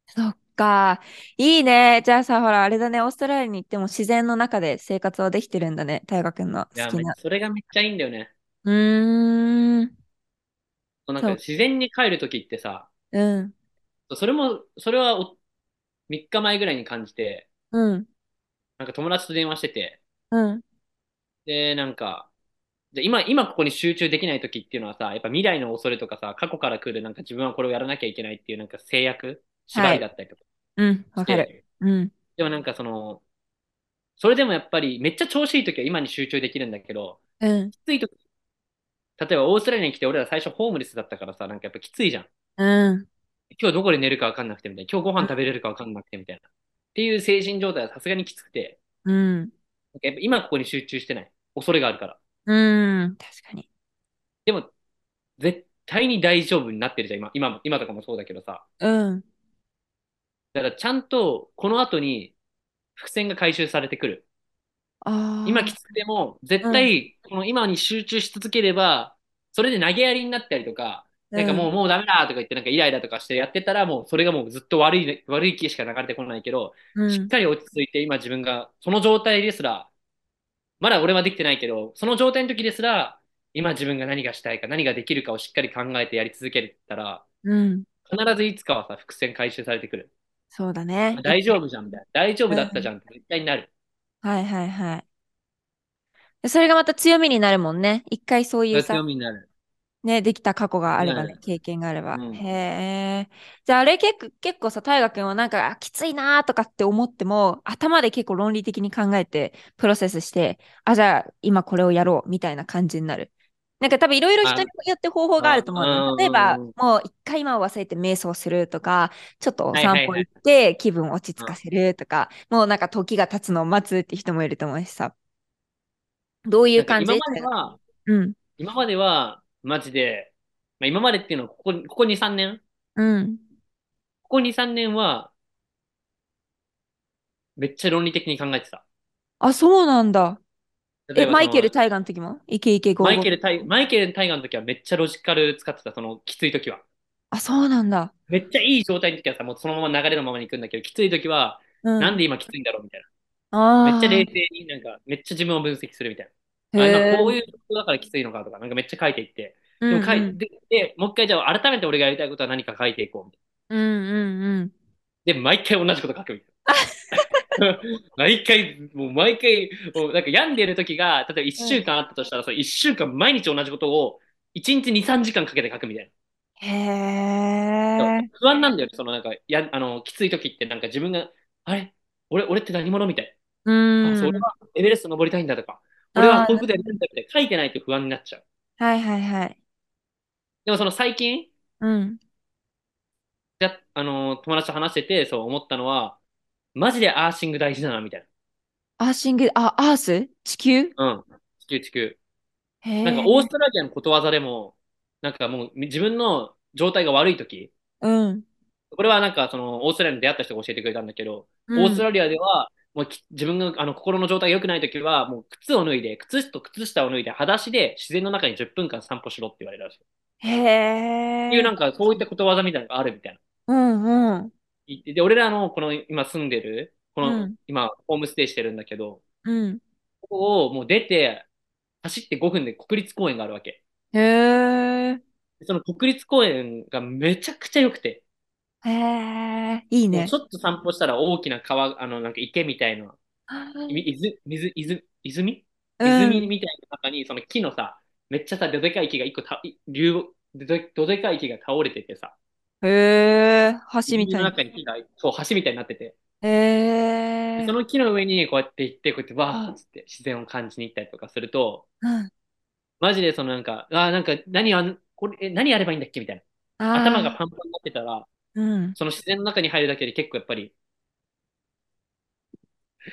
そっか。いいね。じゃあさ、ほら、あれだね。オーストラリアに行っても自然の中で生活はできてるんだね。大河君の
いや、
好きな。
それがめっちゃいいんだよね。
うーん。
なんか
そう
自然に帰るときってさ、
うん。
それも、それはお3日前ぐらいに感じて、
うん。
なんか友達と電話してて、
うん。
で、なんか、で今、今ここに集中できないときっていうのはさ、やっぱ未来の恐れとかさ、過去から来るなんか自分はこれをやらなきゃいけないっていうなんか制約、縛りだったりとか
うん。わか
して、
る。うん。
でもなんかその、それでもやっぱりめっちゃ調子いいときは今に集中できるんだけど、
うん。
きついとき、例えばオーストラリアに来て俺ら最初ホームレスだったからさ、なんかやっぱきついじゃん。
うん。
今日どこで寝るかわかんなくてみたいな、今日ご飯食べれるかわかんなくてみたいな。っていう精神状態はさすがにきつくて、
うん。
なんかやっぱ今ここに集中してない。恐れがあるから。
うん。確かに。
でも、絶対に大丈夫になってるじゃん、今、今も、今とかもそうだけどさ。
うん。
だからちゃんと、この後に、伏線が回収されてくる。
ああ。
今きつくても、絶対、この今に集中し続ければ、それで投げやりになったりとか、なんかもう、もうダメだとか言って、なんかイライラとかしてやってたら、もうそれがもうずっと悪い、悪い気しか流れてこないけど、
うん、
しっかり落ち着いて、今自分が、その状態ですら、まだ俺はできてないけど、その状態の時ですら、今自分が何がしたいか、何ができるかをしっかり考えてやり続けてたら、
うん。
必ずいつかはさ、伏線回収されてくる。
そうだね。
大丈夫じゃん、みたいな。大丈夫だったじゃんって絶対になる。
はいはいはいで。それがまた強みになるもんね。一回そういう
強
さ、
みになる。
ね、できた過去があればね
う、ん
経験があれば。
うん
へえ。じゃああれ結構、結構さ、大河君はなんか、あきついなーとかって思っても、頭で結構論理的に考えて、プロセスして、あ、じゃあ今これをやろうみたいな感じになる。なんか多分いろいろ人によって方法があると思う
あ
のよ。
うん
例えば、
うん
もう一回今を忘れて瞑想するとか、ちょっとお
はいは
散
い
歩
はい
行って気分を落ち着かせるとか、もうなんか時が経つのを待つって人もいると思うしさ。どういう感じ
なんか今までは、
うん。
今までは、マジで、まあ、今までっていうのはここ、ここ2、3年
うん。
ここ2、3年は、めっちゃ論理的に考えてた。
あ、そうなんだ。
例
え、
ばその
マイケル・タイガーの時もイケイケゴー
マ
ゴー
イケルタイ、マイケルタイガーの時はめっちゃロジカル使ってた、そのきつい時は。
あ、そうなんだ。
めっちゃいい状態の時はさ、もうそのまま流れのままに行くんだけど、きつい時は、
うん。
なんで今きついんだろうみたい
あ
な。
ー
めっちゃ冷静になんか、めっちゃ自分を分析するみたい
へ
な。あ、
ー
今こういうことだからきついのかとか、なんかめっちゃ書いていって。
う
で
んう
も書い
ん
で、でもう一回じゃあ改めて俺がやりたいことは何か書いていこうみたい
うんうんうん。
な。で、毎回同じこと書くみたいな。毎回、もう毎回、もうなんか病んでる時が、例えば1週間あったとしたら、その1週間毎日同じことを、1日2、3時間かけて書くみたい
へ
な。
え。
不安なんだよね、そのなんか、や、あの、きつい時ってなんか自分が、あれ俺、俺って何者みたいな。
う
あそうん俺。はエベレスト登りたいんだとか、俺は
あー
こういうことやりたいんだって書いてないと不安になっちゃう。
はいはいはい。
でもその最近、
うん。
じゃ、あの、友達と話してて、そう思ったのは、マジでアーシング大事だな、みたいな。
アーシング、あ、アース地球
うん。地球地球。
へ
なんかオーストラリアのことわざでも、なんかもう自分の状態が悪いとき、
うん。
これはなんかそのオーストラリアに出会った人が教えてくれたんだけど、
うん
オーストラリアでは、もうき自分があの心の状態が良くないときは、もう靴を脱いで、靴と靴下を脱いで、裸足で自然の中に10分間散歩しろって言われるらしい。
へ
っ
ー
ていうなんかそういったことわざみたいなのがあるみたいな。
うんうん。
で、俺らのこの今住んでる、この、
うん
今ホームステイしてるんだけど、
うん。
ここをもう出て、走って5分で国立公園があるわけ。
へー
その国立公園がめちゃくちゃ良くて、
へーいい
もう
ね
ち。ょっと散歩したら大きな川、あの、なんか池みたいな、
うん
い水、水、泉、泉泉みたいな中に、その木のさ、めっちゃさ、どでかい木が一個た、い流木どでどでかい木が倒れててさ、
へー橋み
水
た
の
いな。
中に木が、そう、橋みたいになってて、
へ
で
ー
その木の上にこうやって行って、こうやってわーっつって自然を感じに行ったりとかすると、
うん
マジでそのなんか、あーなんか何あんこれ、え何やればいいんだっけみたい
あ
な。
ー
頭がパンパンになってたら、
うん。
その自然の中に入るだけで結構やっぱり、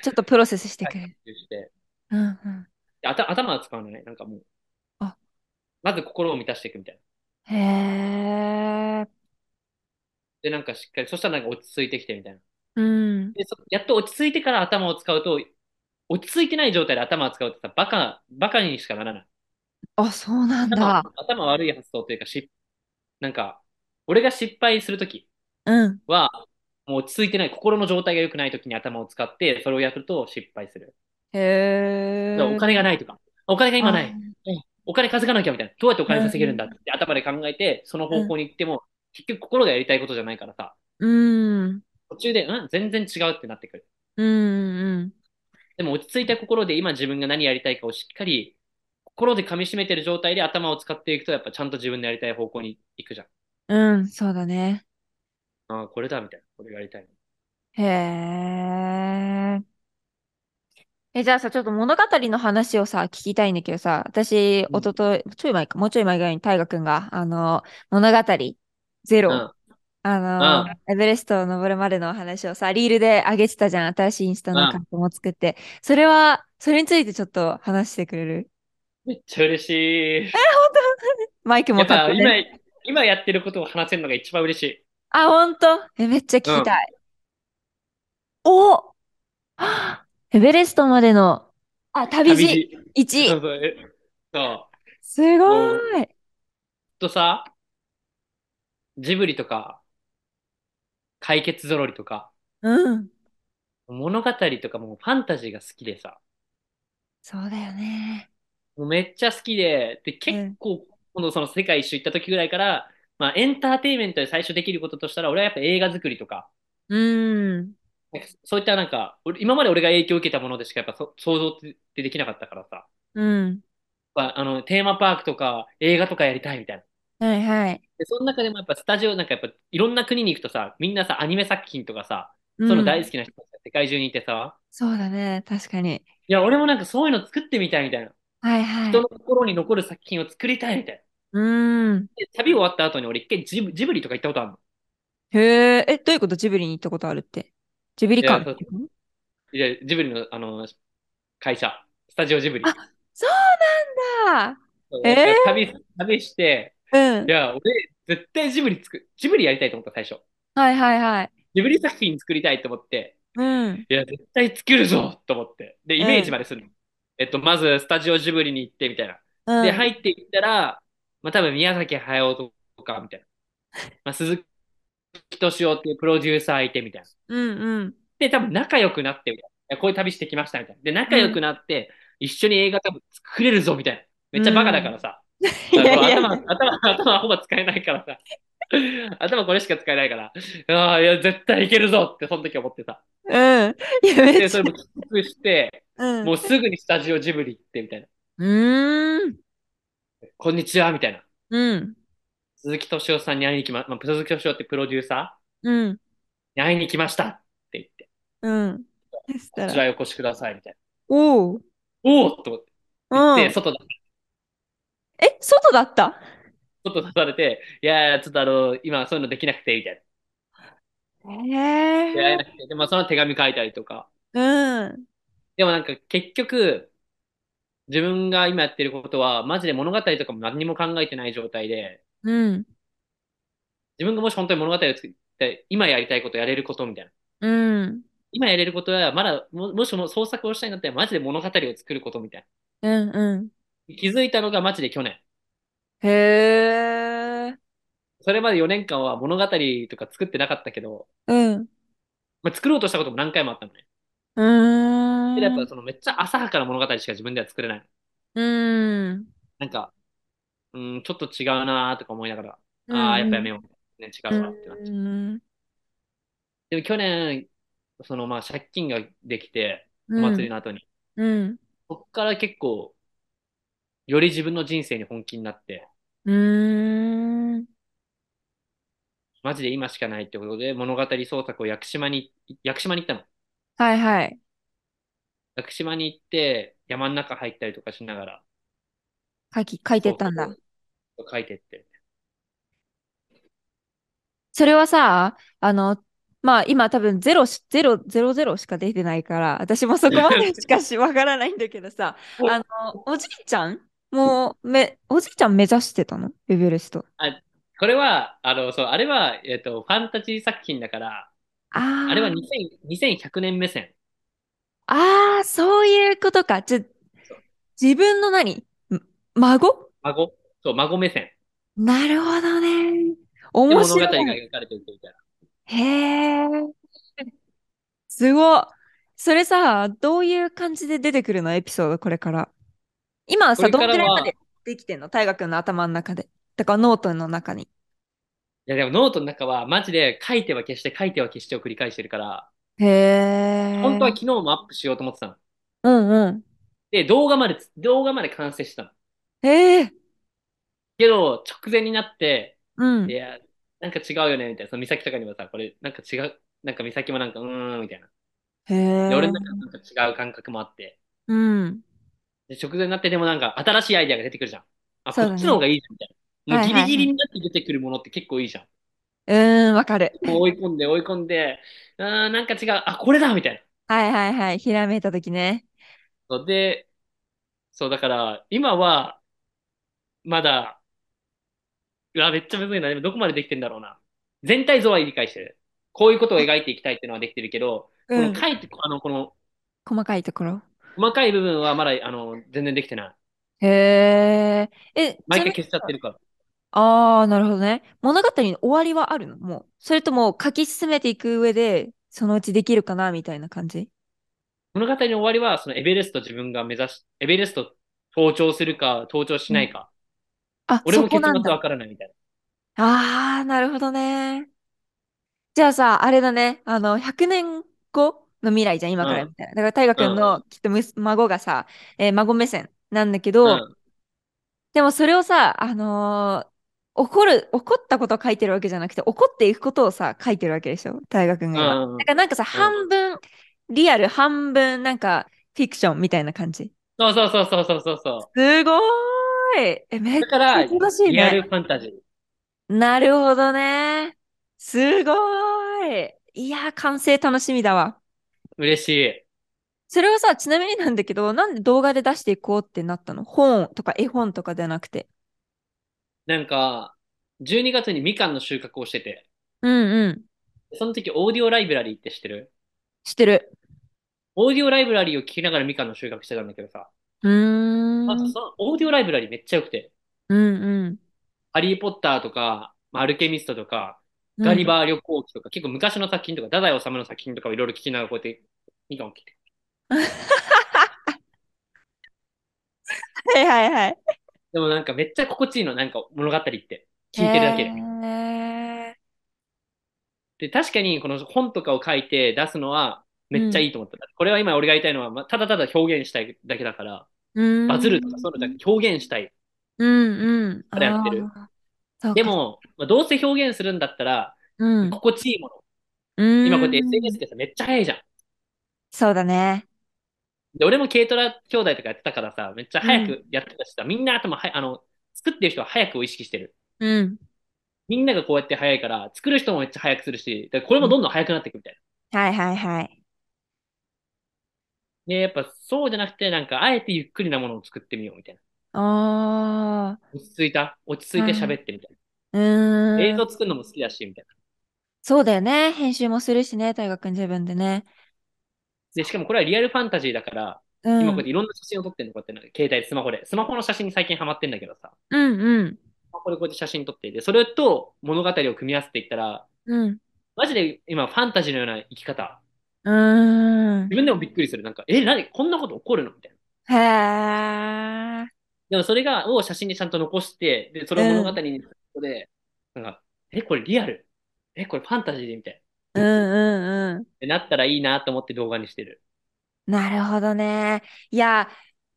ちょっとプロセスしてくれる。
して
うんうん。
で頭頭は使うのね、なんかもう。
あ
まず心を満たしていくみたいな。
へー
で、なんかしっかり、そしたらなんか落ち着いてきてみたいな。
うん。
で、そやっと落ち着いてから頭を使うと、落ち着いてない状態で頭を使うとさ、バカ、バカにしかならない。
あ、そうなん
頭
だ。
頭悪い発想というか、し、なんか、俺が失敗するとき
うん。
は、もう落ち着いてない、心の状態が良くないときに頭を使って、それをやると失敗する。
へ
だ
ー
からお金がないとか、お金が今ない、お金稼がなきゃみたいな、どうやってお金稼げるんだって頭で考えて、その方向に行っても、結局心がやりたいことじゃないからさ、
うん。
途中で、うん、全然違うってなってくる。
うんうん。
でも落ち着いた心で今自分が何やりたいかをしっかり心で噛み締めてる状態で頭を使っていくとやっぱちゃんと自分のやりたい方向に行くじゃん。
うん、そうだね。
ああ、これだみたいな。これやりたい。
へえ。え、じゃあさ、ちょっと物語の話をさ、聞きたいんだけどさ、私、
うん
おととい、ちょい前か、もうちょい前ぐらいに大河君が、あの、物語ゼロ、
うん
あの、エベレストを登るまでのお話をさ、リールで上げてたじゃん、新しいインスタのアカウントも作って。それは、それについてちょっと話してくれる
めっちゃ嬉しい。
マイクも
やっ
立っ
ぱ
て
今
ね。、
今やってることを話せるのが一番嬉しい。
あ、ほんとえ、めっちゃ聞きたい。おはあエベレストまでの、あ、旅路。
旅路。そ
1
うそう。えそう。
すごーい。
ずっとさ、ジブリとか、解決ぞろりとか、
うん。
物語とかもうファンタジーが好きでさ、
そうだよね。
もうめっちゃ好きで、で、結構、このその世界一周行った時ぐらいから、まあエンターテインメントで最初できることとしたら、俺はやっぱ映画作りとか、
うん。
なんかそういったなんか、俺今まで俺が影響を受けたものでしかやっぱそ想像ってできなかったからさ、
うん。
まああの、テーマパークとか映画とかやりたいみたいな。
はいはい。
で、その中でもやっぱスタジオなんかやっぱいろんな国に行くとさ、みんなさ、アニメ作品とかさ、その
うん
大好きな人たちが世界中にいてさ、
そうだね。確かに。
いや、俺もなんかそういうの作ってみたいみたいな。
はいはい。
人の心に残る作品を作りたいみたいな。
うん。
で、旅終わった後に俺一回ジブ、ジブリとか行ったことあるの。
へえ、え、どういうことジブリに行ったことあるって。ジブリ館
いやそう
ってこと
いや、ジブリの、あの、会社、スタジオジブリ。
あそうなんだ。え
旅、旅して、
うん
い。や、俺、絶対ジブリ作、ジブリやりたいと思った、最初。
はいはいはい。
ジブリ作品作りたいと思って、
うん。
いや、絶対作るぞと思って。で、イメージまでするの。えっと、まず、スタジオジブリに行って、みたいな。
うん。
で、
い。
入っていったら、まあ、多分宮崎駿とか、みたいな。まあ、鈴木敏夫っていうプロデューサーいて、みたいな。
うんうん。
で、多分仲良くなって、みたいな。いやこういう旅してきました、みたいな。で、仲良くなって、一緒に映画多分作れるぞ、みたいな。めっちゃバカだからさ。
いやいやい
頭、
や。
頭、頭ほぼ使えないからさ。頭これしか使えないから。ああ、いや、絶対いけるぞって、その時思ってた。
うん。いや、め
で、
っち
そ
ゃ。
れも帰国して、
うん。
もうすぐにスタジオジブリ行って、みたいな。
うーん。
こんにちは、みたいな。
うん。
鈴木敏夫さんに会いに来ま、まあ、鈴木敏夫ってプロデューサ
うん。
ーに会いに来ましたって言って、
うん。そした
こち
ら、
らへお越しくださいみたい
おう。
な。おおと思って
うん。
言って、
え、
外だ、
外だった
外出されて、いやー、ちょっとあの、今そういうのできなくて、みたい
へ
な。出会えなくて、で、まあ、その手紙書いたりとか、
うん。
でもなんか結局、自分が今やってることは、マジで物語とかも何にも考えてない状態で、
うん。
自分がもし本当に物語を作って、今やりたいことやれることみたいな。
うん。
今やれることは、まだ、も、もしも創作をしたいんだったら、マジで物語を作ることみたい
うんう
な。気づいたのがマジで去年。
ん。へー。
それまで4年間は物語とか作ってなかったけど、
うん。
まあ、作ろうとしたことも何回もあったのね。
うーん。
で、やっぱそのめっちゃ浅はかな物語しか自分では作れない。
うん。
なんか、うん、ちょっと違うなーとか思いながら、ああ、やっぱやめよう。ね、違うわってなっちゃう。
うん。
でも去年、そのまあ借金ができて、お
うん。
祭りの後に、
うん。
そこから結構、より自分の人生に本気になって、
うん。
マジで今しかないってことで、物語創作を屋久島に、屋久島に行ったの。
はいはい。
屋久島に行って、山の中入ったりとかしながら、
書き、書いてったんだ。
そう書いてって。
それはさ、あの、まあ今多分ゼロし、ゼロ、ゼロゼロしか出てないから、私もそこまでしかしわからないんだけどさ、
お
あの、おじいちゃんもう、め、おじいちゃん目指してたのエベレスト。
これは、あの、そう、あれは、えっと、ファンタジー作品だから、
ああ。
あれは2000 2100年目線。
ああ、そういうことか。じゃ、自分の何ん孫
孫そう、孫目線。
なるほどね。
で、
面
物語が
白い。
描かれてるみたいな。
へえ。すごい。それさ、どういう感じで出てくるのエピソード、これから。今は
こ
さ、
れ
ど
か
ん
ら
くらいま
は、
でできてんの大河君の頭の中で。だからノートの中に。
いやでもノートの中はマジで書いては消して書いては消してを繰り返してるから、
へ
本当は
え。
昨日もアップしようと思ってたの。
うんうん。
で、動画まで、動画まで完成したの。
へえ。
けど、直前になって、
う
い
ん。
や、なんか違うよね、みたいな。その美咲とかにもさ、これ、なんか違う、なんか美咲もなんか、うーん、みたいな。
へ
で、俺
え
の。中なんか違う感覚もあって。
うん。
で、直前になってでもなんか新しいアイデアが出てくるじゃん。あ、
そう
こ
だ
っ
ね
ちの方がいいじゃんみたいな。もう
はい
ギ
はいは
リ
い
ギリになって出てくるものって結構いいじゃん。
うーん、わかる。
もう追い込んで追い込んで、うーん、なんか違う、あ、これだみたいな。
はいはいはい。ひらめいたときね。
そうで、そうだから今はまだ、うわ、めっちゃむずいな。でもどこまでできてんだろうな。全体像は理解してる。こういうことを描いていきたいっていうのはできてるけど、こ
う
の
ん。
書いて、あの、この
細かいところ。
細かい部分はまだ、あの、全然できてない。
へえ。え、
毎
ちなみ
回
に
消しちゃってるから。
ああ、なるほどね。物語に終わりはあるのもう。それとも書き進めていく上で、そのうちできるかなみたいな感じ
物語の終わりは、そのエベレスト自分が目指し、エベレスト登頂するか登頂しないか、
あ、
俺も
そこ
結
なん
末
だ。
わからないみたいな。
ああ、なるほどね。じゃあさ、あれだね。あの、100年後の未来じゃん、今から
う
みたいな。だから、大河
ん、
君のきっとむす孫がさ、えー孫目線なんだけ
う
ど、
ん、うん。
でもそれをさ、あのー怒る、怒ったことを書いてるわけじゃなくて、怒っていくことをさ、書いてるわけでしょ大河君が
う
今。
ん、
だ
うん
からなんかさ、
うん
半分、リアル、半分、なんか、フィクションみたいな感じ。
そうそうそうそうそうそうそ
すごーい。え、めっ
う。だか
ちゃ
ら、
忙しい
リア
ね。
ルファンタジー。
なるほどね。すごーい。いやー、完成楽しみだわ。
嬉しい。
それはさ、ちなみになんだけど、なんで動画で出していこうってなったの本とか絵本とかじゃなくて。
なんか、12月にみかんの収穫をしてて、
うんうん。
その時オーディオライブラリーって知ってる
知ってる。
オーディオライブラリーを聞きながらみかんの収穫してたんだけどさ、
うー
あと
ん。
そのオーディオライブラリーめっちゃ良くて、
うんうん。
ハリー・ポッターとか、まあアルケミストとか、
う
ガリ
ん。
バー旅行記とか、結構昔の作品とか、太宰治の作品とかをいろいろ聞きながらこうやって、みかんを切って。
はいはいはい。
でもなんかめっちゃ心地いいの、なんか物語って。聞いてるだけで。
へ
で、確かにこの本とかを書いて出すのはめっちゃいいと思った。これは今俺が言いたいのは、まあただただ表現したいだけだから、
ー。う
バズる
ー
とかそういうのじゃ
ん。
なくて表現したい
うんうん。
からやってる。
ああ、そう
で
か。
も、まあ、どうせ表現するんだったら、
うん。う
心地いいもの。今こうやって
ー
SNS
ん。
でさ、めっちゃ早いじゃん。
そうだね。
で、俺も軽トラ兄弟とかやってたからさ、めっちゃ
う
早
ん。
くやってたしさ、みんな頭はや、あの、作ってる人は早くを意識してる。
うん。
みんながこうやって早いから、作る人もめっちゃ早くするし、だからこれもどんどん早くなっていくみたいな。
はいはいはい。
で、やっぱそうじゃなくて、なんか、あえてゆっくりなものを作ってみようみたいな。
ああ、
落ち着いた落ち着いて喋ってみたいう
ー
な。
ん。
映像作るのも好きだし、みたいな。
そうだよね。編集もするしね、大河君自分でね。
で、しかもこれはリアルファンタジーだから、
うん。
今こうやっていろんな写真を撮ってんの、こうやってなんか携帯、スマホで。スマホの写真に最近ハマってんだけどさ。
うんうん。
スマホでこうやって写真撮ってて、それと物語を組み合わせていったら、
うん。
マジで今ファンタジーのような生き方。
うーん。
自分でもびっくりする。なんか、え、何こんなこと起こるのみたいな。
へー。
でもそれが、を写真にちゃんと残して、で、それを物語にすることで、なんか、え、これリアルえ、これファンタジーみたい
うんうんうん。
な。ってなったらいいなと思って動画にしてる。
なるほどね。いや、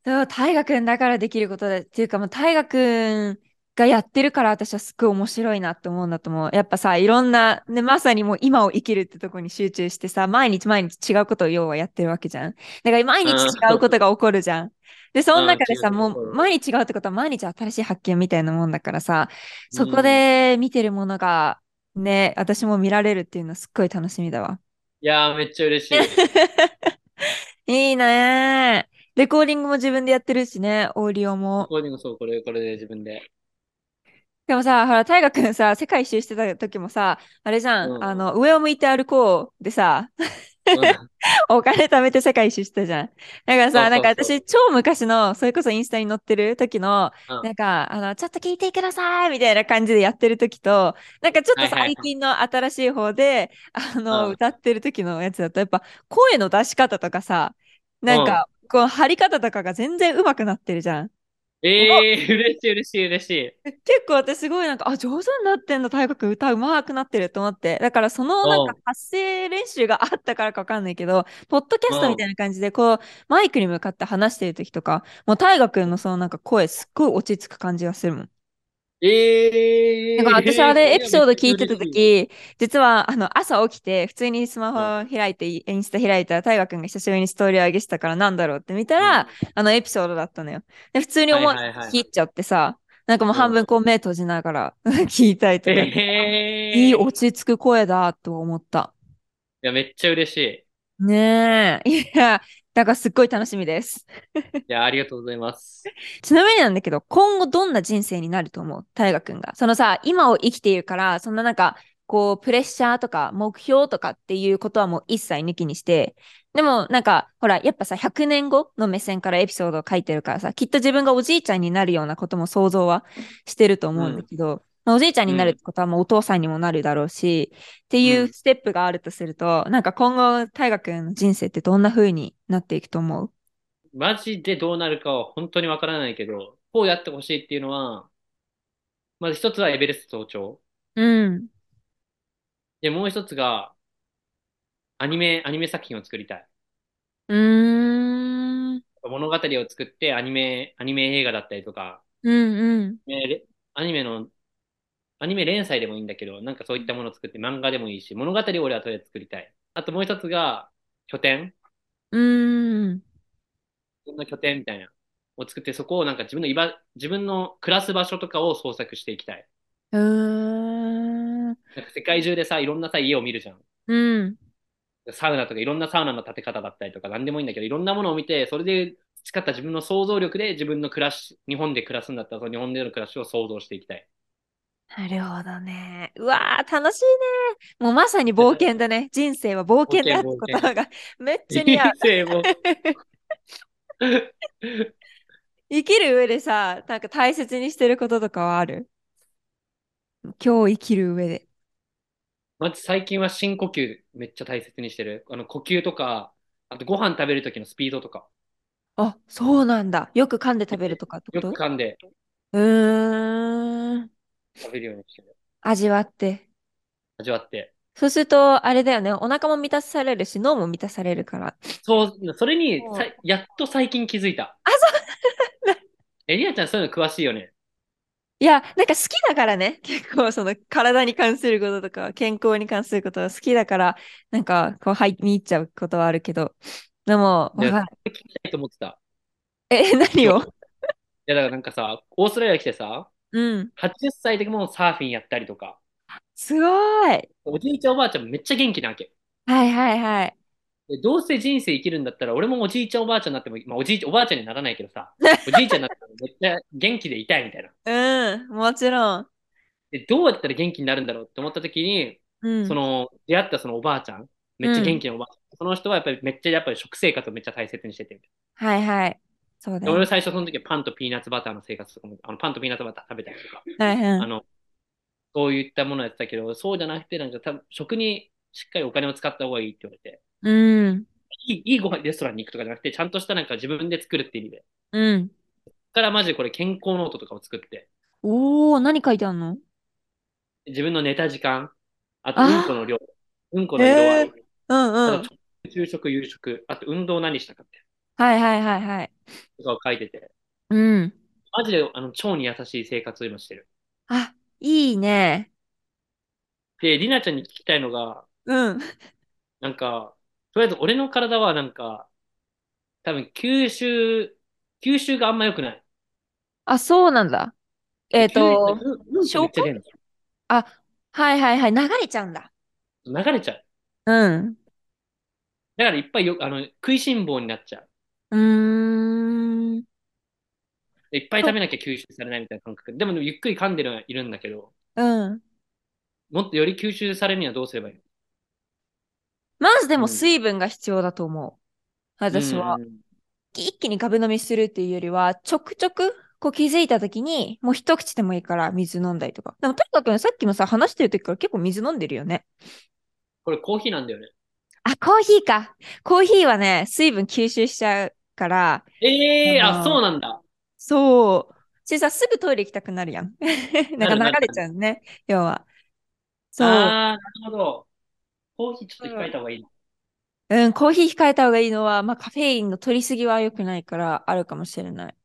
そう、大河君だからできることで、っていうかもう大河君がやってるから私はすっごい面白いなって思うんだと思う。やっぱさ、いろんな、ね、まさにもう今を生きるってとこに集中してさ、毎日毎日違うことを要はやってるわけじゃん。だから毎日違うことが起こるじゃん。で、その中でさ、
うん違う
も
ところ
う毎日違うってことは毎日新しい発見みたいなもんだからさ、そこで見てるものがね、私も見られるっていうのはすっごい楽しみだわ。
いやー、めっちゃ嬉しい。
いいね。レコーディングも自分でやってるしね、オーディオ
コ
も。
ーディング、そう、これ、これで自 分で。
でもさ、ほら、大河君さ、世界一周してた時もさ、あれじゃん、
うん
あの、上を向いて歩こうでさ、 お金貯めて世界一周してたじゃん。だから
そうそうそ
さ、
う
なんか私、超昔の、それこそインスタに載ってる時の、
うん
なんか、あの、ちょっと聞いてくださいみたいな感じでやってる時と、なんかちょっと
はいはいはい
最近の新しい方で、あの、
うん
歌ってる時のやつだと、やっぱ声の出し方とかさ、なんか、こう、張り方とかが全然上手くなってるじゃん。
えー、嬉しい、嬉しい、嬉しい。
結構私すごいなんか、あ、上手になってんだ、大河君歌うまくなってると思って。だからそのなんか
う
発声練習があったからかわかんないけど、ポッドキャストみたいな感じでこう、マイクに向かって話してる時とか、もう大河君のそのなんか声すっごい落ち着く感じがするもん。
え
な
ー、
んか私あれエピソード聞いてた
めっち
時、実はあの朝起きて普通にスマホ開いて、インスタ開いたら大河君が久しぶりにストーリー上げしたからなんだろうって見た
ゃ
ら、
嬉しい、
あのエピソードだったのよ。で、普通に思い
はいはいはいはい
切っちゃってさ、なんかもう半分こう目閉じながら 聞いたりと
うん
か、
えー、
いい落ち着く声だと思った。
いや、めっちゃ嬉しい。
ねえ。いや、だからすっごい楽しみです。
いや、ありがとうございます。
ちなみになんだけど、今後どんな人生になると思う大河君が。そのさ、今を生きているから、そんななんか、こう、プレッシャーとか目標とかっていうことはもう一切抜きにして、でもなんか、ほら、やっぱさ、100年後の目線からエピソードを書いてるからさ、きっと自分がおじいちゃんになるようなことも想像はしてると思うんだけど、まあおじいちゃんになるってことはもうお父さんにもなるだろうし、っていううんステップがあるとすると、なんか今後、大河君の人生ってどんな風になっていくと思う
マジでどうなるかは本当にわからないけど、こうやってほしいっていうのは、まず一つはエベレスト登頂。
うん。
で、もう一つが、アニメ、アニメ作品を作りたい。
うーん。
物語を作って、アニメ、アニメ映画だったりとか、
うん
アニメアニメの、アニメ連載でもいいんだけど、なんかそういったものを作って、漫画でもいいし、物語を俺はとりあえず作りたい。あともう一つが、拠点
うん。うん。
自分の拠点みたいな、を作って、そこをなんか自分の居場、自分の暮らす場所とかを創作していきたい。
うーん。
なんか世界中でさ、いろんなさ、家を見るじゃん。
うん。
サウナとかいろんなサウナの建て方だったりとか、なんでもいいんだけど、いろんなものを見て、それで培った自分の想像力で自分の暮らし、日本で暮らすんだったら、その日本での暮らしを想像していきたい。
なるほどね。うわー、楽しいね。もうまさに冒険だね。人生は冒険だって
冒
言
険
葉がめっちゃ
人
似合う。
生も。
生きる上でさ、なんか大切にしてることとかはある今日生きる上で。
まず最近は深呼吸めっちゃ大切にしてる。あの呼吸とか、あとご飯食べる時のスピードとか、
あ、そうなんだ。よく噛んで食べるとかってこ
よ
と
く噛んで
うーん。
食べるようにしてる。
味わって。
味わって。
そうすると、あれだよね。お腹も満たされるし、脳も満たされるから。
そう、それに
うん
さ、やっと最近気づいた。
あ
そうえ、りあちゃんそういうの詳しいよね。
いや、なんか好きだからね。 結構その体に関することとか、健康に関することが好きだから、なんかこう入り入っちゃうことはあるけど。でも、
いや
わか
聞きたいと思ってた。
え、何を
いやだからなんかさ、オーストラリア来てさ、
うん。
80歳でもサーフィンやったりとか、
すごい。はい
おじいちゃんおばあちゃんめっちゃ元気なわけ。
はいはい。
でどうせ人生生きるんだったら、俺もおじいちゃんおばあちゃんになっても、まあ、おじいちゃんおばあちゃんにならないけどさ、おじいちゃんになってもめっちゃ元気でいたいみたいな。
うん、もちろん。
で、どうやったら元気になるんだろうって思った時に、
うん。
その出会ったそのおばあちゃん、めっちゃ元気なおばあちゃん、その人はやっぱりめっちゃやっぱり食生活をめっちゃ大切にしててみたい
はいはい。そうだ
な。で俺
よ
は最初その時はパンとピーナッツバターの生活とかも、あのパンとピーナッツバター食べたりとか、
ね。うん
あの、そういったものやってたけど、そうじゃなくて、なんか多分食にしっかりお金を使った方がいいって言われて、
うん。うん。
いいいいご飯レストランに行くとかじゃなくて、ちゃんとしたなんか自分で作るって意味で。
うん。
そっからマジでこれ健康ノートとかを作って、
おー、何書いてあんの
自分の寝た時間、あと
あ
うんこの量、うんこの色合い、
うんう
あと昼食、夕食、あと運動何したかって、
はいはいはいはい。
とかを書いてて、
うん。
マジであの腸に優しい生活を今してる。
あ、いいね。
で、りなちゃんに聞きたいのが、
うん。
なんか、とりあえず俺の体はなんか、多分吸収、吸収があんま良くない。
あ、そうなんだ。えっと、
吸うんうんこめっちゃ出る
あ、はいはいはい。流れちゃうんだ。
の流れちゃう。
うん。
だからいっぱいよあの食いしん坊になっちゃう。
うーん。
でいっぱい食べなきゃ吸収されないみたいな感覚。でも、ゆっくり噛んでるはいるんだけど、
うん。
もっとより吸収されるにはどうすればいいの
まずでも
うん
水分が必要だと思う。私は。
うん
一気にガブ飲みするっていうよりは、ちょくちょく、こう気づいた時に、もう一口でもいいから水飲んだりとか。でも、とにかくさっきもさ、話してる時から結構水飲んでるよね。
これコーヒーなんだよね。
あ、コーヒーか。コーヒーはね、水分吸収しちゃうから、
ええー、
あー
あ、そうなんだ。
そう。しさ、すぐトイレ行きたくなるやん。 な
なる
んか
な
流
る
れちゃうね、要は。そう。
ああ、なるほど。コーヒーちょっと控えた方がいいな。
うん、コーヒー控えた方がいいのは、まあカフェインの取りすぎは良くないから、あるかもしれない。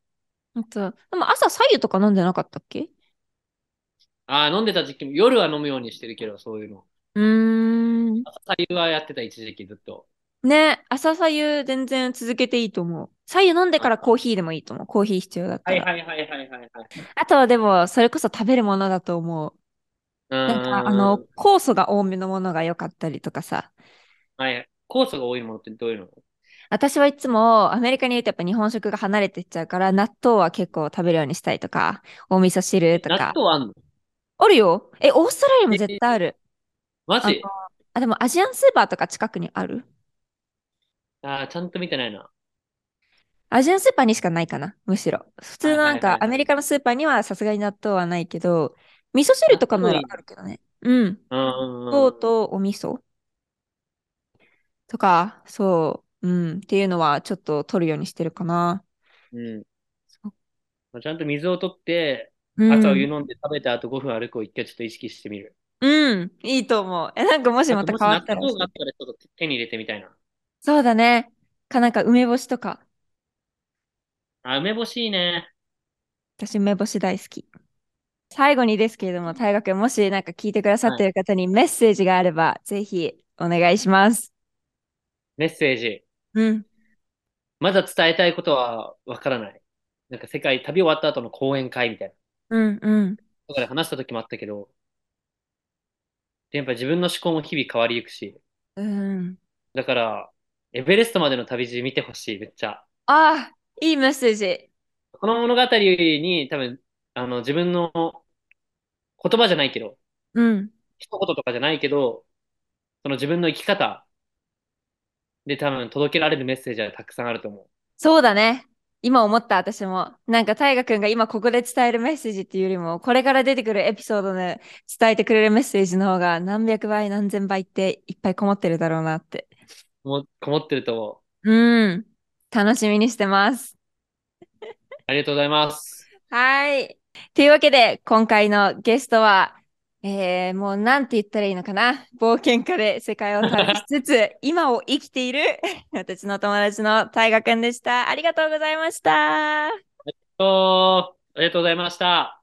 あと、でも朝左右とか飲んでなかったっけ
ああ、飲んでた時期も、夜は飲むようにしてるけど、そういうの。
うーん。
朝湯はやってた一時期ずっと。
ね、朝左右全然続けていいと思う。左右飲んでからコーヒーでもいいと思う。コーヒー必要だった
はい
ら。
はいはいはいはいはい。
あとはでも、それこそ食べるものだと思う。なんか、あの
うーん、
酵素が多めのものが良かったりとかさ。
はい。酵素が多いものってどういうの
私はいつもアメリカにいるとやっぱ日本食が離れていっちゃうから、納豆は結構食べるようにしたりとか、お味噌汁と
納
か。
豆あんの
あるよ。え、オーストラリアも絶対ある。
マジ
あ、でもアジアンスーパーとか近くにある
ああー、ちゃんと見てないな。
アジアンスーパーにしかないかな、むしろ。普通のなん
はいはいは
か
い
アメリカのスーパーにはさすがに納豆はないけど、味噌汁とかなら
納豆いい
あるけどね。うん。
うんう
納
んうん
豆。とお味噌とか、そう、うん、っていうのはちょっと取るようにしてるかな。
うん
そ
まあちゃんと水を取って、
うん
朝お湯飲んで食べた後5分歩くを一回ちょっと意識してみる。
うん、いいと思う。え、なんかもしま
あ
た
ともし
変わった
納
ら。
豆があったらちょっと手に入れてみたいな。
そうだね。かなんか梅干しとか。
あ、梅干しいいね。
私梅干し大好き。最後にですけれども、大学もしなんか聞いてくださっている方にメッセージがあれば、ぜひお願いします。
メッセージ。
うん。
まだ伝えたいことはわからない。なんか世界、旅終わった後の講演会みたいな。
うんうん。
とかで話した時もあったけど、でやっぱ自分の思考も日々変わりゆくし、
うん。
だから、エベレストまでの旅路見てほしい、めっちゃ。
ああ、いいメッセージ。
この物語に多分、あの、自分の言葉じゃないけど、
うん。
一言とかじゃないけど、その自分の生き方で多分届けられるメッセージはたくさんあると思
そうだね。今思った私も。なんか大河君が今ここで伝えるメッセージっていうよりも、これから出てくるエピソードで伝えてくれるメッセージの方が何百倍何千倍っていっぱいこもってるだろうなって。
う。もこもってると思
うん。楽しみにしてます。
う。ありがとうございます。
はい。というわけで、今回のゲストは、えー、もうなんて言ったらいいのかな。冒険家で世界を旅しつ つ、今を生きている私の友達の大河君でした。ありがとうございました。
おーありがとうございました。